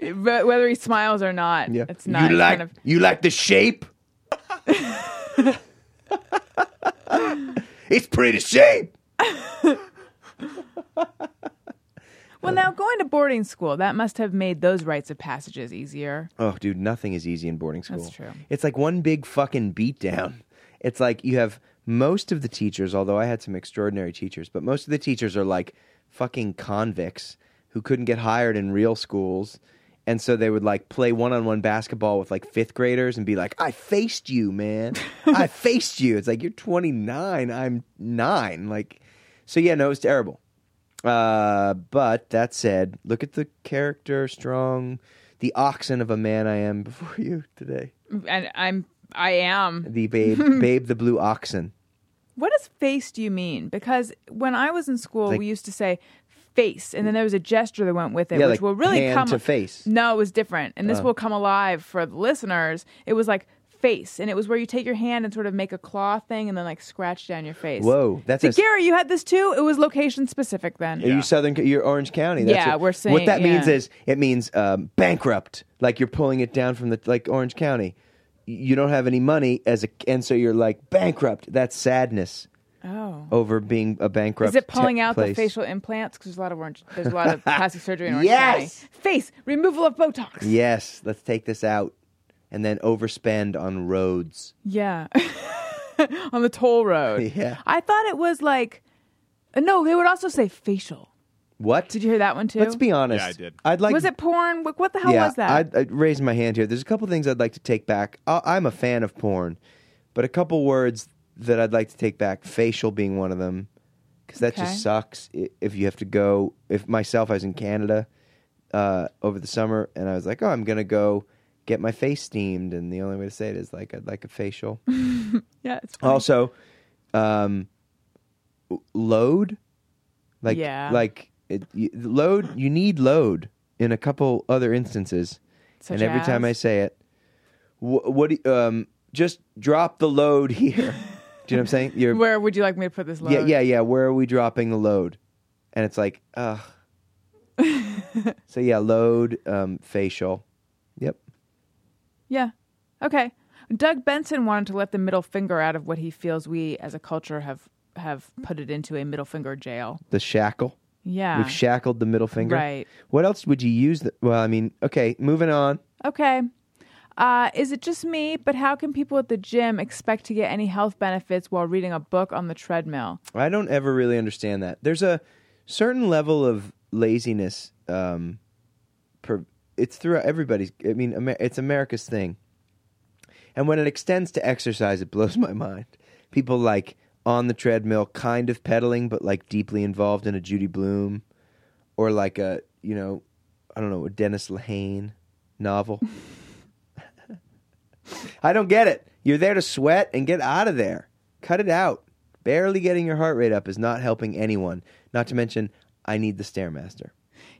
But Eh, whether he smiles or not,
Yeah.
it's not
you like
kind of
you like the shape. it's pretty shape.
Well, now going to boarding school, that must have made those rites of passages easier.
Oh, dude, nothing is easy in boarding school.
That's true.
It's like one big fucking beatdown. It's like you have most of the teachers, although I had some extraordinary teachers, but most of the teachers are like fucking convicts who couldn't get hired in real schools. And so they would like play one on one basketball with like fifth graders and be like, I faced you, man. I faced you. It's like, you're 29. I'm nine. Like, so yeah, no, it was terrible. Uh, but that said, look at the character, strong, the oxen of a man I am before you today.
And I'm I am.
The babe, babe, the blue oxen.
What does face do you mean? Because when I was in school,
Like-
we used to say face, and then there was a gesture that went with it,
Yeah,
which
like
will really
hand
come
to face. Oh.
No, it was different, and this will come alive for the listeners. It was like face, and it was where you take your hand and sort of make a claw thing, and then like scratch down your face.
Whoa, that's
See,
a s-
Gary, you had this too. It was location specific then.
Are you Southern? You're Orange County. That's
Yeah,
it.
we're
What
saying-
that means
yeah.
is it means um, bankrupt. Like you're pulling it down from the like Orange County. You don't have any money as a, and so you're like bankrupt. That's sadness
Oh.
over being a bankrupt.
Is it pulling
te-
out the
place.
facial implants? Because there's a lot of orange. There's a lot of plastic surgery in Orange
Yes!
County. Face removal of Botox.
Yes, let's take this out, and then overspend on roads.
Yeah. On the toll road.
Yeah.
I thought it was like, uh, no, they would also say facial.
What
Did you hear that one too?
Let's be honest.
Yeah, I did.
I'd like.
was it porn? What, what the hell
yeah,
was that?
I'd, I'd raise my hand here. There's a couple things I'd like to take back. I, I'm a fan of porn, but a couple words that I'd like to take back. Facial being one of them, because that
Okay.
just sucks. i- If you have to go, if myself, I was in Canada uh, over the summer, and I was like, oh, I'm gonna go get my face steamed, and the only way to say it is like, I'd like a facial.
yeah. It's funny.
also, um, w- load, like
Yeah.
like it, you, load. You need load in a couple other instances,
Such
and every time
as?
I say it, wh- what do you- um, just drop the load here. do you know what I'm saying? You're,
Where would you like me to put this load?
yeah, yeah, yeah. Where are we dropping the load? And it's like, ugh. so yeah, load um, facial. Yep.
Yeah. Okay. Doug Benson wanted to let the middle finger out of what he feels we as a culture have have put it into a middle finger jail.
The shackle.
Yeah.
We've shackled the middle finger.
Right.
What else would you use? The, well, I mean, okay, moving on.
Okay. Uh, is it just me? But how can people at the gym expect to get any health benefits while reading a book on the treadmill?
I don't ever really understand that. There's a certain level of laziness. Um, per, it's throughout everybody's. I mean, Amer- it's America's thing. And when it extends to exercise, it blows my mind. People like on the treadmill, kind of pedaling, but like deeply involved in a Judy Bloom or like a, you know, I don't know, a Dennis Lehane novel. I don't get it. You're there to sweat and get out of there. Cut it out. Barely getting your heart rate up is not helping anyone. Not to mention, I need the Stairmaster.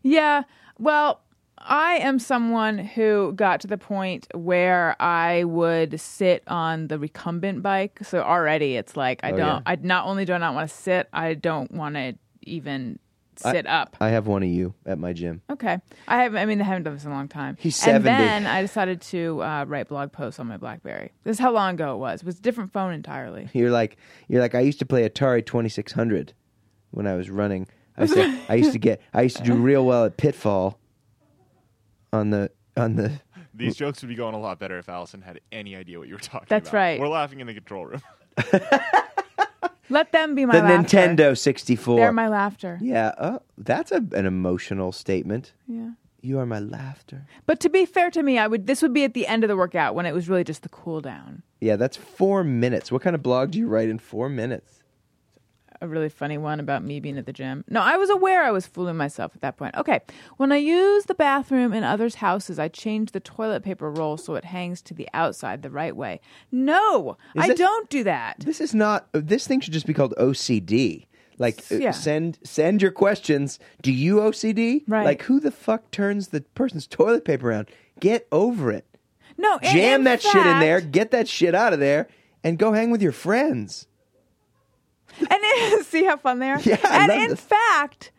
Yeah. Well, I am someone who got to the point where I would sit on the recumbent bike. So already it's like
Oh,
I don't I not only do I not want to sit, I don't want to even sit up.
I have one of you at my gym.
Okay. I have I mean I haven't done this in a long time.
He's
and
70.
then I decided to uh, write blog posts on my Blackberry. This is how long ago it was. It was a different phone entirely.
You're like, you're like, I used to play Atari 2600 when I was running. I used to, I used to get, I used to do real well at Pitfall. On the on the
These jokes would be going a lot better if Allison had any idea what you were talking
That's
about.
right.
We're laughing in the control room.
Let them be my
the
laughter.
Nintendo 64.
They're my laughter.
yeah, oh, that's a, an emotional statement.
Yeah.
You are my laughter.
But to be fair to me, I would this would be at the end of the workout when it was really just the cool down.
Yeah, that's four minutes. What kind of blog do you write in four minutes?
A really funny one about me being at the gym. No, I was aware I was fooling myself at that point. Okay. When I use the bathroom in others' houses, I change the toilet paper roll so it hangs to the outside the right way. No, I
it-
don't do that.
This is not. This thing should just be called OCD. Like, uh,
Yeah.
send send your questions. Do you OCD?
Right.
Like, who the fuck turns the person's toilet paper around? Get over it.
No, and
Jam
in
that shit in there.
fact-
Get that shit out of there, and go hang with your friends.
And see how fun they are.
Yeah, I
and
love
in
this.
fact,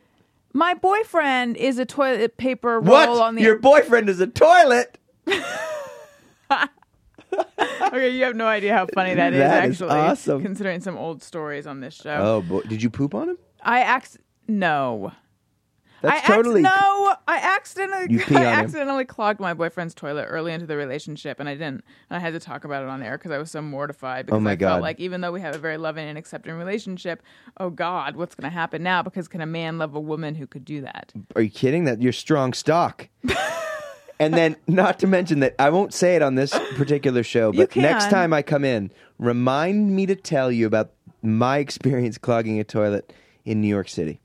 my boyfriend is a toilet paper roll
What?
on the.
Your boyfriend is a toilet.
okay, you have no idea how funny that is.
That is
actually,
awesome.
considering some old stories on this show.
Oh boy, did you poop on him?
I ax no. I
That's
acc-
totally
no. I accidentally
You pee
I
on him.
accidentally clogged my boyfriend's toilet early into the relationship, and I didn't. And I had to talk about it on air because I was so mortified. Because
Oh my
I
God.
felt like even though we have a very loving and accepting relationship, oh God, what's going to happen now? Because can a man love a woman who could do that?
Are you kidding? That you're strong stock. and then, not to mention that I won't say it on this particular show,
You
but next
can.
time I come in, remind me to tell you about my experience clogging a toilet in New York City.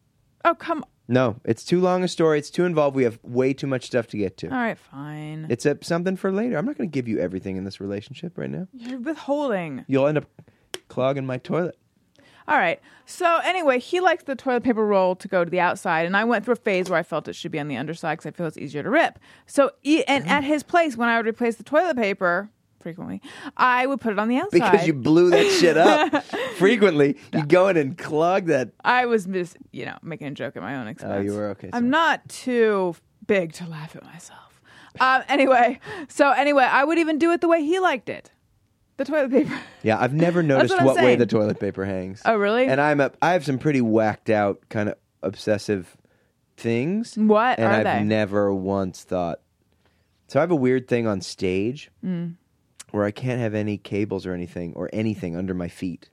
Oh come.
No, it's too long a story. It's too involved. We have way too much stuff to get to.
All right, fine.
It's a, something for later. I'm not going to give you everything in this relationship right now.
You're withholding.
You'll end up clogging my toilet.
All right. So anyway, he likes the toilet paper roll to go to the outside, and I went through a phase where I felt it should be on the underside because I feel it's easier to rip. So e-
Oh.
and at his place, when I would replace the toilet paper frequently, I would put it on the outside
Because you blew that shit up frequently. You go in and clog that.
I was just you know making a joke at my own expense.
Oh, you were okay, sorry.
I'm not too big to laugh at myself. Um, anyway, so anyway, I would even do it the way he liked it, the toilet paper.
Yeah, I've never noticed
what I'm
what, way
saying.
the toilet paper hangs.
Oh, really?
And I'm a, I have some pretty whacked out kind of obsessive things.
What
and
are
I've
they?
never once thought. So I have a weird thing on stage
Mm.
where I can't have any cables or anything or anything under my feet.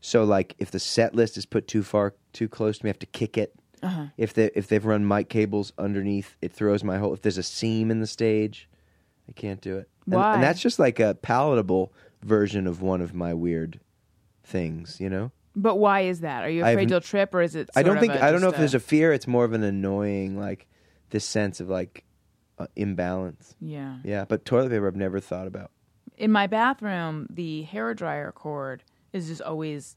So like if the set list is put too far too close to me, I have to kick it.
Uh-huh.
If they if they've run mic cables underneath, it throws my whole. If there's a seam in the stage, I can't do it. And-
Why?
and that's just like a palatable version of one of my weird things. You know.
But why is that? Are you
I've
afraid
n-
you'll trip, or is it?
I
sort
don't
of
think
a-
I don't know
just
if there's a fear. It's more of an annoying like this sense of like uh, imbalance.
yeah.
Yeah, but toilet paper I've never thought about.
in my bathroom, the hairdryer cord is just always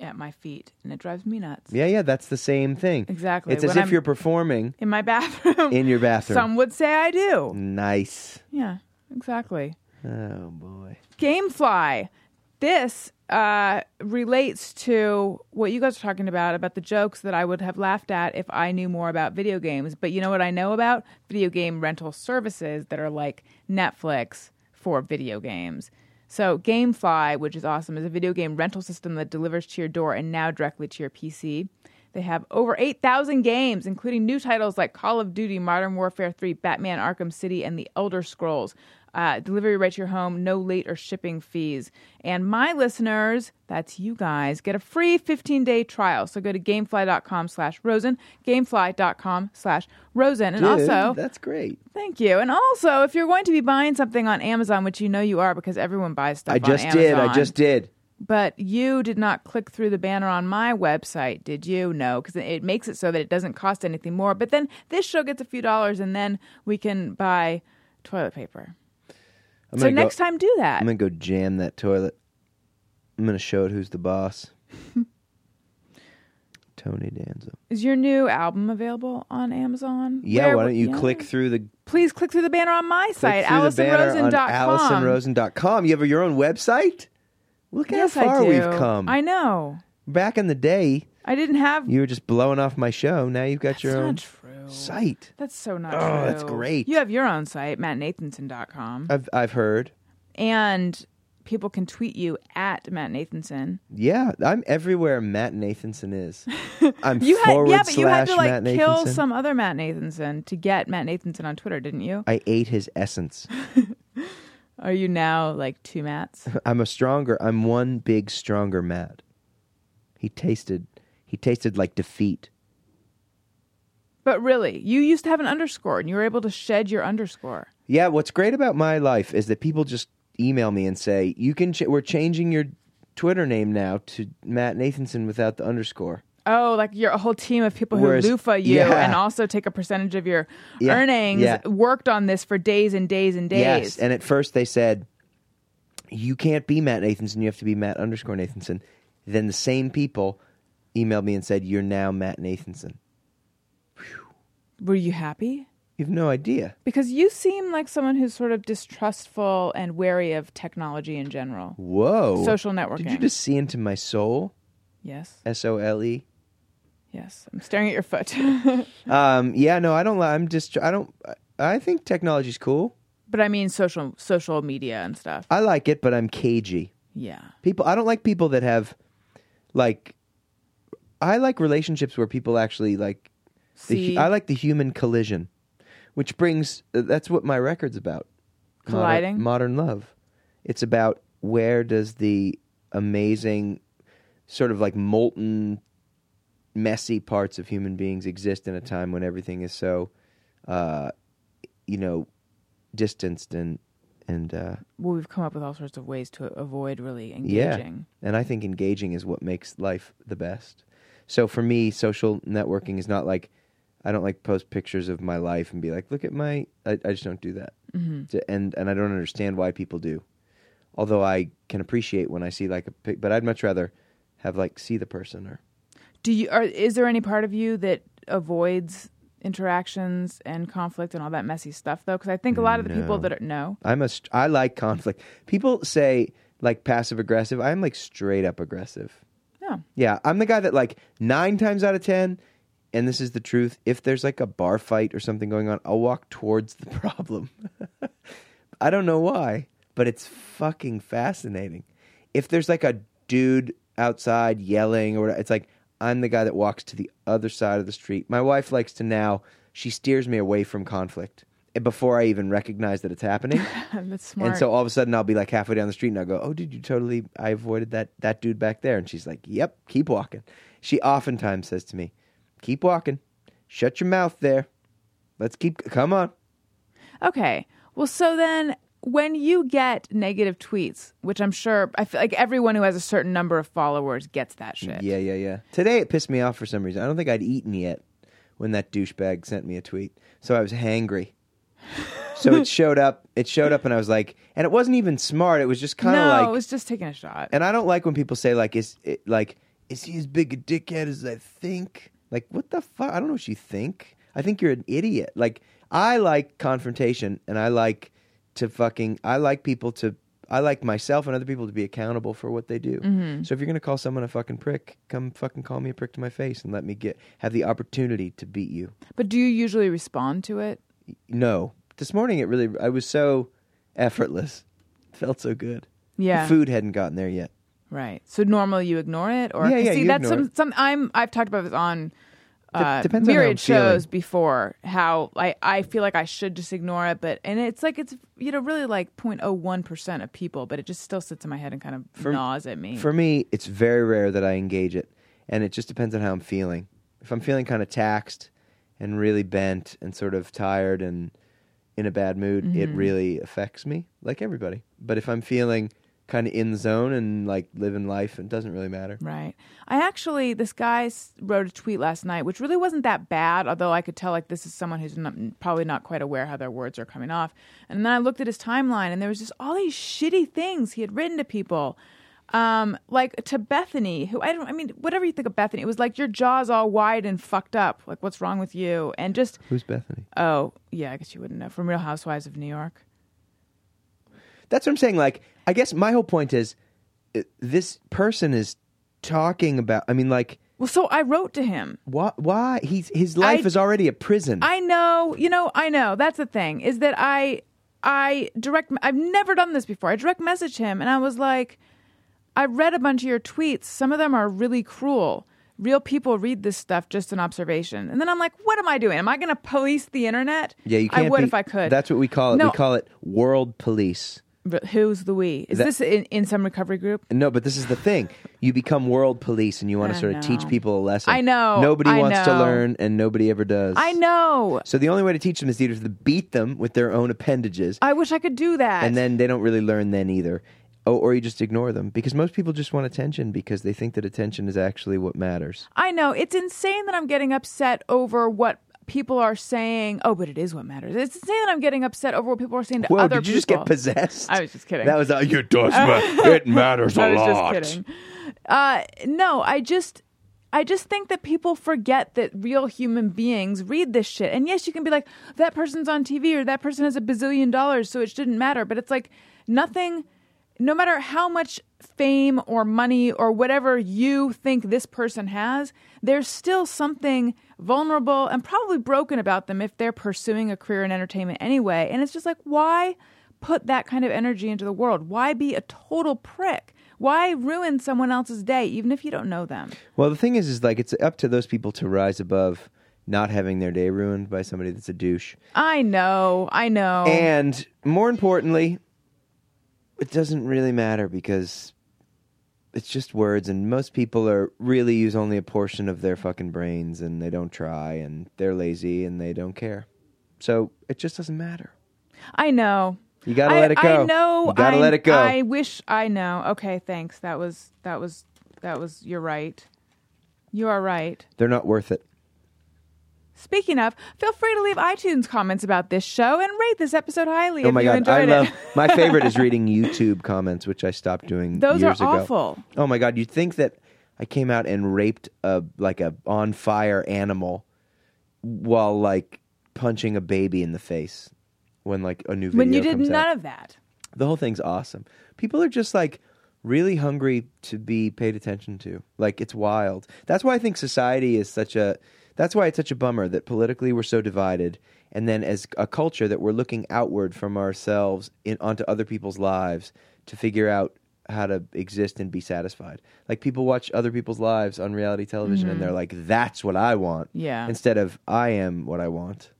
at my feet, and it drives me nuts.
Yeah, yeah, that's the same thing.
Exactly.
It's as
When
if
I'm-
you're performing
In my bathroom.
in your bathroom.
Some would say I do.
nice.
Yeah, exactly.
Oh boy.
Gamefly. This uh, relates to what you guys are talking about about the jokes that I would have laughed at if I knew more about video games. But you know what I know about video game rental services that are like Netflix for video games. So GameFly, which is awesome, is a video game rental system that delivers to your door and now directly to your PC. They have over 8,000 games, including new titles like Call of Duty, Modern Warfare 3, Batman Arkham City, and The Elder Scrolls. Uh, delivery right to your home, no late or shipping fees. And my listeners, that's you guys, get a free 15-day trial. So go to gamefly.com slash Rosen, gamefly.com slash Rosen. And
Dude,
also...
that's great.
Thank you. And also, if you're going to be buying something on Amazon, which you know you are because everyone buys stuff
I just
on
did.
Amazon.
I just did.
But you did not click through the banner on my website, did you? No, because it makes it so that it doesn't cost anything more. But then this show gets a few dollars, and then we can buy toilet paper.
I'm
so
gonna go-
next time, do that.
I'm gonna go jam that toilet. I'm gonna show it who's the boss. Tony Danza.
Is your new album available on Amazon?
Yeah,
Where
why
would-
don't you
yeah.
click through the
Please click through the banner on my site,
Click through the banner on
AllisonRosen.com.
AllisonRosen.com. You have your own website? Look
Yes,
how far
I do.
we've come.
I know.
Back in the day,
I didn't have.
you were just blowing off my show. Now you've got
That's
your
not
own
true.
site.
That's so not true.
Oh, that's great.
You have your own site, mattnathanson.com,
I've I've heard.
and people can tweet you at mattnathanson.
Yeah, I'm everywhere Matt Nathanson is. I'm
You had
forward
yeah, but
slash
you had to like
Matt Nathanson.
kill some other Matt Nathanson to get Matt Nathanson on Twitter, didn't you?
I ate his essence.
Are you now like two Matts?
I'm a stronger. I'm one big stronger Matt. He tasted. He tasted like defeat.
but really, you used to have an underscore, and you were able to shed your underscore.
Yeah, what's great about my life is that people just email me and say, "You can ch- we're changing your Twitter name now to Matt Nathanson without the underscore."
Oh, like your whole team of people who
Whereas-
loofah you
yeah.
and also take a percentage of your
Yeah,
earnings
yeah.
worked on this for days and days and days.
Yes, and at first they said, "You can't be Matt Nathanson. You have to be Matt underscore Nathanson." Then the same people emailed me and said, "You're now Matt Nathanson."
were you happy?
You have no idea.
Because you seem like someone who's sort of distrustful and wary of technology in general.
Whoa!
Social networking.
Did you just see into my soul?
Yes.
S O L E.
Yes. I'm staring at your foot.
Um, yeah, no, I don't. li- I'm just. I don't. I think technology's cool.
but I mean social social media and stuff.
I like it, but I'm cagey.
Yeah.
People. I don't like people that have, like, I like relationships where people actually like. The,
See
hu- I like the human collision, which brings. uh, That's what my record's about. Moder-
colliding.
modern love. It's about where does the amazing, sort of like molten, messy parts of human beings exist in a time when everything is so, uh, you know, distanced and and uh,
well, we've come up with all sorts of ways to avoid really
yeah.
engaging.
And I think engaging is what makes life the best. So for me, social networking is not like I don't like post pictures of my life and be like, look at my. I, I just don't do that, mm-hmm. and and I don't understand why people do. Although I can appreciate when I see like a pic, but I'd much rather have like see the person or
Do you are is there any part of you that avoids interactions and conflict and all that messy stuff though? Because I think a lot of the people
No.
that are no.
I'm a st- I like conflict. People say like passive aggressive. I'm like straight up aggressive.
No.
Yeah, I'm the guy that like nine times out of ten, and this is the truth. If there's like a bar fight or something going on, I'll walk towards the problem. I don't know why, but it's fucking fascinating. If there's like a dude outside yelling or whatever, it's like I'm the guy that walks to the other side of the street. My wife likes to now she steers me away from conflict eh, before I even recognize that it's happening.
That's smart.
And so all of a sudden I'll be like halfway down the street and I'll go, "Oh, did you totally? I avoided that that dude back there." And she's like, "Yep, keep walking." She oftentimes says to me, "Keep walking, shut your mouth there. Let's keep. Come on."
Okay. Well, so then when you get negative tweets, which I'm sure I feel like everyone who has a certain number of followers gets that shit.
Yeah, yeah, yeah. Today it pissed me off for some reason. I don't think I'd eaten yet when that douchebag sent me a tweet, so I was hangry. so it showed up. It showed up, and I was like, and it wasn't even smart. It was just kind of
No,
like
it was just taking a shot.
And I don't like when people say like is it, like is he as big a dickhead as I think? Like what the fuck? I don't know what you think. I think you're an idiot. Like I like confrontation and I like to fucking I like people to I like myself and other people to be accountable for what they do.
Mm-hmm.
So if you're going to call someone a fucking prick, come fucking call me a prick to my face and let me get have the opportunity to beat you.
But do you usually respond to it?
No. This morning it really I was so effortless. Felt so good.
Yeah.
The food hadn't gotten there yet.
Right. So normally you ignore it, or
Yeah, yeah,
see
you
that's
ignore
some some I'm I've talked about this on uh,
depends on how
myriad
I'm feeling.
shows before how I I feel like I should just ignore it, but and it's like it's you know really like 0.01 percent of people, but it just still sits in my head and kind of gnaws at me.
For me, it's very rare that I engage it, and it just depends on how I'm feeling. If I'm feeling kind of taxed and really bent and sort of tired and in a bad mood, it really affects me, like everybody. But if I'm feeling kind of in the zone and like living life, it doesn't really matter.
Right. I actually, this guy s- wrote a tweet last night, which really wasn't that bad, although I could tell like this is someone who's not, probably not quite aware how their words are coming off. And then I looked at his timeline, and there was just all these shitty things he had written to people. Um, like to Bethany, who I don't, I mean, whatever you think of Bethany, it was like your jaw's all wide and fucked up. Like, what's wrong with you? And just,
Who's Bethany?
oh, yeah, I guess you wouldn't know from Real Housewives of New York.
That's what I'm saying. Like, I guess my whole point is uh, this person is talking about. I mean, like,
Well, so I wrote to him.
why? Why he's his life
I-
is already a prison.
I know, you know, I know. That's the thing is that I, I direct. I've never done this before. I direct messaged him, and I was like, I read a bunch of your tweets. Some of them are really cruel. Real people read this stuff just an observation, and then I'm like, what am I doing? Am I going to police the internet?
yeah, you can't.
I would
be-
if I could.
That's what we call it.
No.
We call it world police.
But who's the we? Is
That-
this in, in some recovery group?
No, but this is the thing. You become world police and you want
I
to sort of
know.
teach people a lesson.
I know.
Nobody
I
wants to
know.
learn and nobody ever does.
I know.
So the only way to teach them is either to beat them with their own appendages
I wish I could do that.
and then they don't really learn then either. Oh, or you just ignore them because most people just want attention because they think that attention is actually what matters.
I know. It's insane that I'm getting upset over what people are saying. Oh, but it is what matters. It's insane that I'm getting upset over what people are saying to
Whoa,
other
did you just
people.
get possessed?
I was just kidding.
That was uh, all you does.
it matters
I
a
was
lot.
just kidding. Uh, no, I just. I just think that people forget that real human beings read this shit. And yes, you can be like, that person's on TV or that person has a bazillion dollars, so it shouldn't matter. But it's like nothing no matter how much fame or money or whatever you think this person has, there's still something vulnerable and probably broken about them if they're pursuing a career in entertainment anyway. And it's just like, why put that kind of energy into the world? Why be a total prick? Why ruin someone else's day, even if you don't know them?
Well, the thing is, is like it's up to those people to rise above not having their day ruined by somebody that's a douche.
I know, I know.
And more importantly, it doesn't really matter because it's just words, and most people are really use only a portion of their fucking brains, and they don't try, and they're lazy, and they don't care. So it just doesn't matter.
I know.
You gotta
I,
let it go.
I know.
You gotta
I,
let it go.
I wish I know. Okay, thanks. That was that was that was. You're right. You are right.
They're not worth it.
Speaking of, feel free to leave iTunes comments about this show and rate this episode highly
oh
if
my
you
god,
enjoyed
I
it.
love. My favorite is reading YouTube comments, which I stopped doing.
Those
years
are
ago.
awful.
Oh my god, you'd think that I came out and raped a like a on fire animal while like punching a baby in the face when like a new video
when you did
comes
none
out.
of that.
the whole thing's awesome. People are just like really hungry to be paid attention to. Like it's wild. That's why I think society is such a that's why it's such a bummer that politically we're so divided and then as a culture that we're looking outward from ourselves in onto other people's lives to figure out how to exist and be satisfied. Like people watch other people's lives on reality television and they're like that's what I want.
Yeah.
Instead of I am what I want.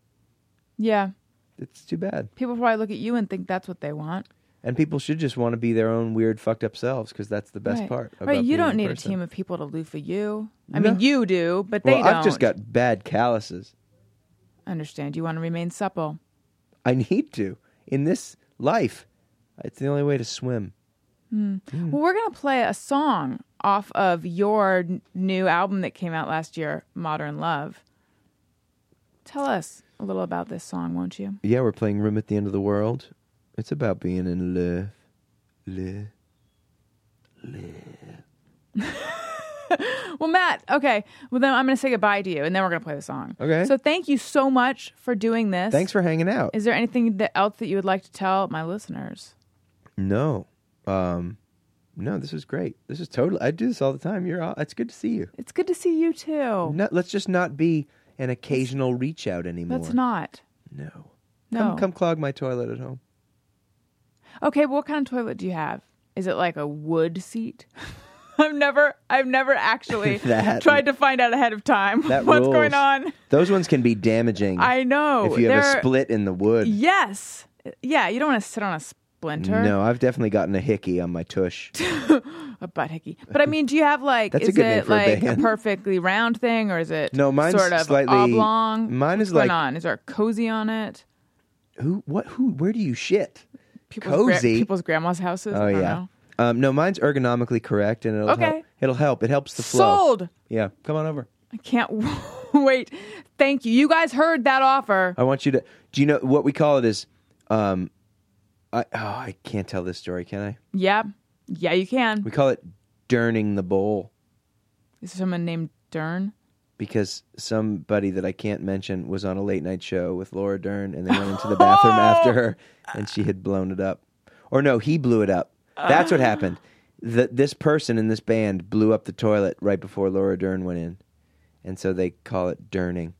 Yeah,
It's too bad.
people probably look at you and think that's what they want.
And people should just want to be their own weird, fucked up selves because that's the best
right.
part. About
Right, you
being
don't need a
person.
team of people to loo for you. I
No.
mean, you do, but
Well,
they don't.
I've just got bad calluses.
understand. You want to remain supple.
I need to in this life. It's the only way to swim.
Well, we're going to play a song off of your n- new album that came out last year, Modern Love. Tell us a little about this song, won't you?
Yeah, we're playing Room at the End of the World. It's about being in love. Love.
Well, Matt, okay. Well, then I'm going to say goodbye to you and then we're going to play the song.
Okay.
So thank you so much for doing this.
Thanks for hanging out.
Is there anything that else that you would like to tell my listeners?
no, um, no, this is great. This is totally. I do this all the time. You're. All, it's good to see you.
It's good to see you too.
No, let's just not be an occasional reach out anymore.
That's not.
No.
No.
Come, come clog my toilet at home.
Okay, well, what kind of toilet do you have? Is it like a wood seat? I've never, I've never actually
That-
tried to find out ahead of time
That
what's
rules.
going on.
Those ones can be damaging.
I know.
If you have
They're-
a split in the wood.
Yes. Yeah, you don't want to sit on a splinter,
No, I've definitely gotten a hickey on my tush.
a butt hickey. But I mean, do you have like,
That's a
is
good name
it
for a
like
band.
perfectly round thing, or is it
No, mine's
sort of
slightly-
oblong?
mine
What's
is
going
like-
on? Is there a cozy on it?
Who? What? Who? Where do you shit?
People's gra-
Cozy?
people's grandma's houses.
Oh
I don't
yeah.
know.
Um, no, mine's ergonomically correct, and it'll
Okay.
help. It'll help. It helps the flow.
Sold.
Yeah, come on over.
I can't wait. Thank you. You guys heard that offer.
I want you to. Do you know what we call it? Is um, I oh I can't tell this story, can I?
Yeah. Yeah, you can.
We call it durning the bowl
Is there someone named Dern?
because somebody that I can't mention was on a late night show with Laura Dern, and they went into the bathroom after her, and she had blown it up. Or no, he blew it up. That's what happened. The, this person in this band blew up the toilet right before Laura Dern went in, and so they call it Durning.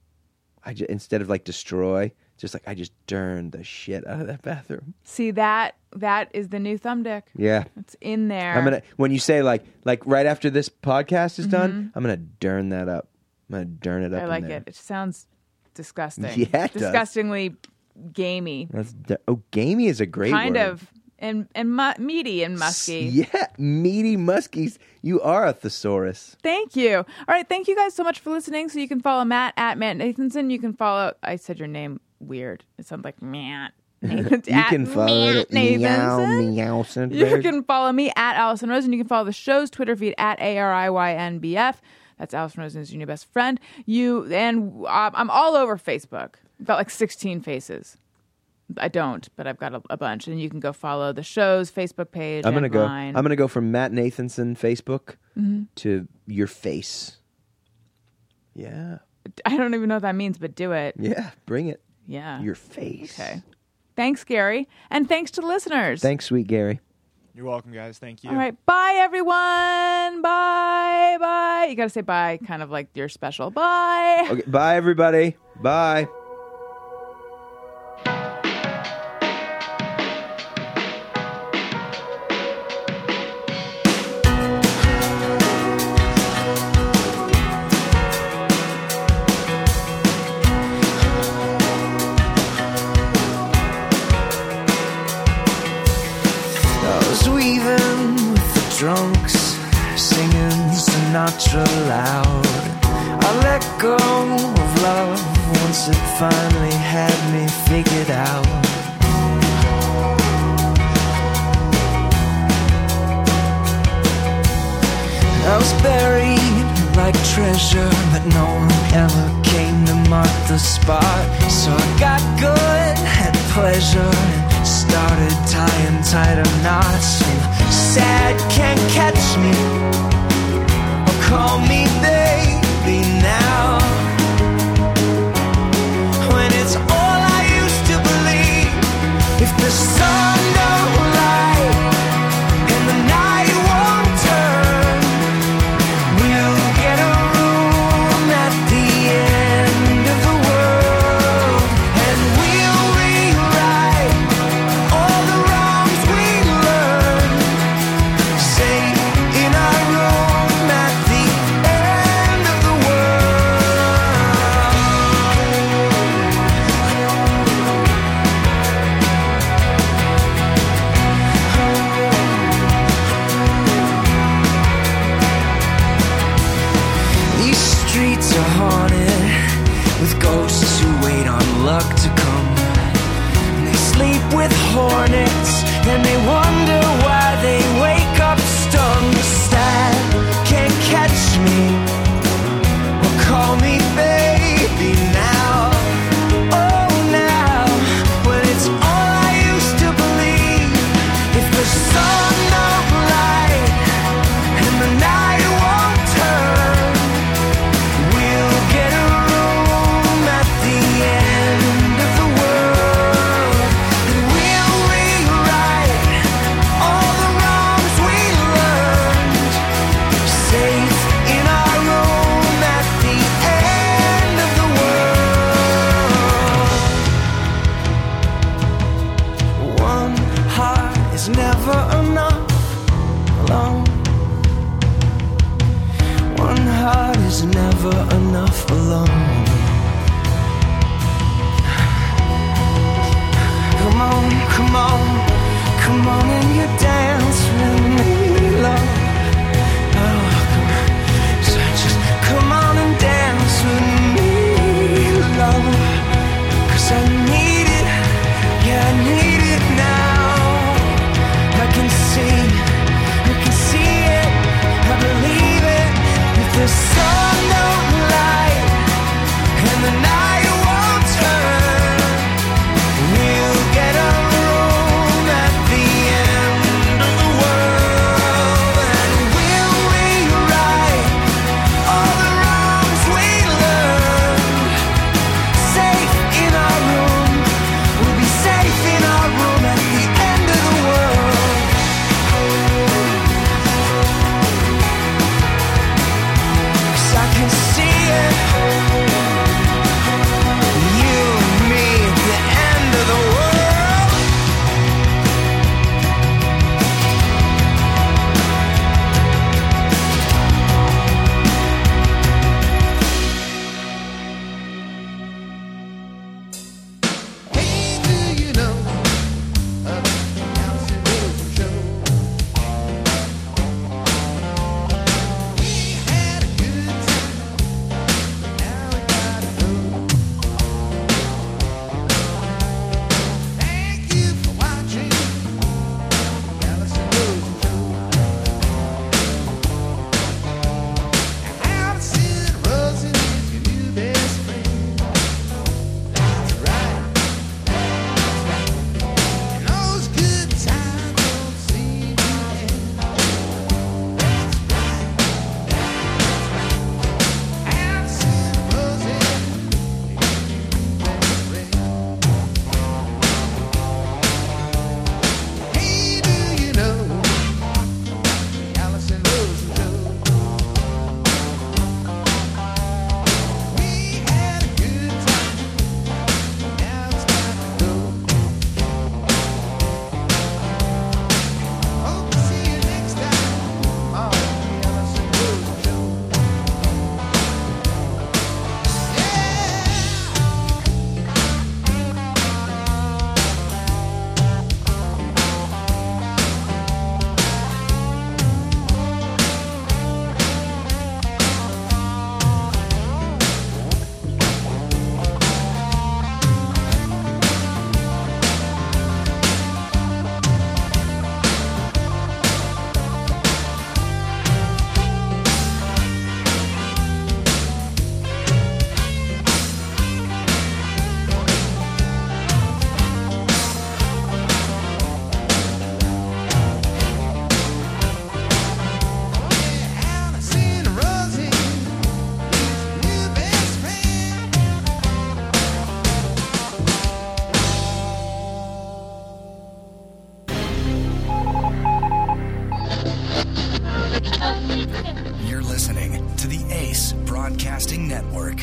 I ju- instead of like destroy, just like I just durned the shit out of that bathroom.
See that that is the new thumbdick.
Yeah.
It's in there.
I'm gonna when you say like like right after this podcast is done, I'm gonna durn that up. I'm gonna durn it up.
Mm-hmm. I
in
like
there.
it. It sounds disgusting.
Yeah, it does.
disgustingly gamey.
That's de- oh, gamey is a great
Kind
word.
of and and mu- meaty and musky.
Yeah, meaty muskies. You are a thesaurus.
Thank you. All right, thank you guys so much for listening. So you can follow Matt at Matt Nathanson. You can follow. I said your name weird. It sounds like Matt. Nathanson-
You
at
can follow
Matt
it. Meow,
Nathanson.
meow, sound
You
bird.
can follow me at Allison Rosen. You can follow the show's Twitter feed at A R I Y N B F. That's Allison Rosen's your new best friend. You and uh, I'm all over Facebook. I've got like 16 faces. I don't, but I've got a, a bunch. And you can go follow the show's Facebook page.
I'm gonna
and
go.
mine.
I'm gonna go from Matt Nathanson Facebook
Mm-hmm.
to your face. Yeah,
I don't even know what that means, but do it.
yeah. Bring it.
Yeah.
Your face.
okay. Thanks, Gary, and thanks to the listeners.
Thanks, sweet Gary.
You're welcome, guys. Thank you.
All right. Bye, everyone. Bye. Bye. You got to say bye, kind of like you're special. Bye.
Okay, bye, everybody. Bye. I was weaving with the drunks, singing Sinatra loud. I let go of love once it finally had me figured out. I was buried like treasure, but no one ever came to mark the spot. So I got good at pleasure and started tying tighter knots. And sad can't catch me or call me baby now. When it's all I used to believe, if the sun don't light and the night won't turn. We'll get a room at the end of the world, and we'll rewrite all the wrongs we learned. Say in our room at the end of the world. These streets are haunted with ghosts who wait on luck to come. And they sleep with hornets and they wonder why they wake up stung. Stab can't catch me or call me baby now. Oh, now when it's all I used to believe. If the sun don't light and the night won't turn. We'll get a room at the end of the world, and we'll rewrite all the wrongs we learned. Safe in our room at the end of the world. One heart is never enough alone. One heart is never enough alone. Come on, come on, come on, and you dance with me, love. Oh, come on, so just come on and dance with me, love. 'Cause I need it, yeah, I need it now. I can see, I can see it, I believe it. If the sun don't light and the night won't turn, we'll get a room at the end of the world. listening to the Ace Broadcasting Network.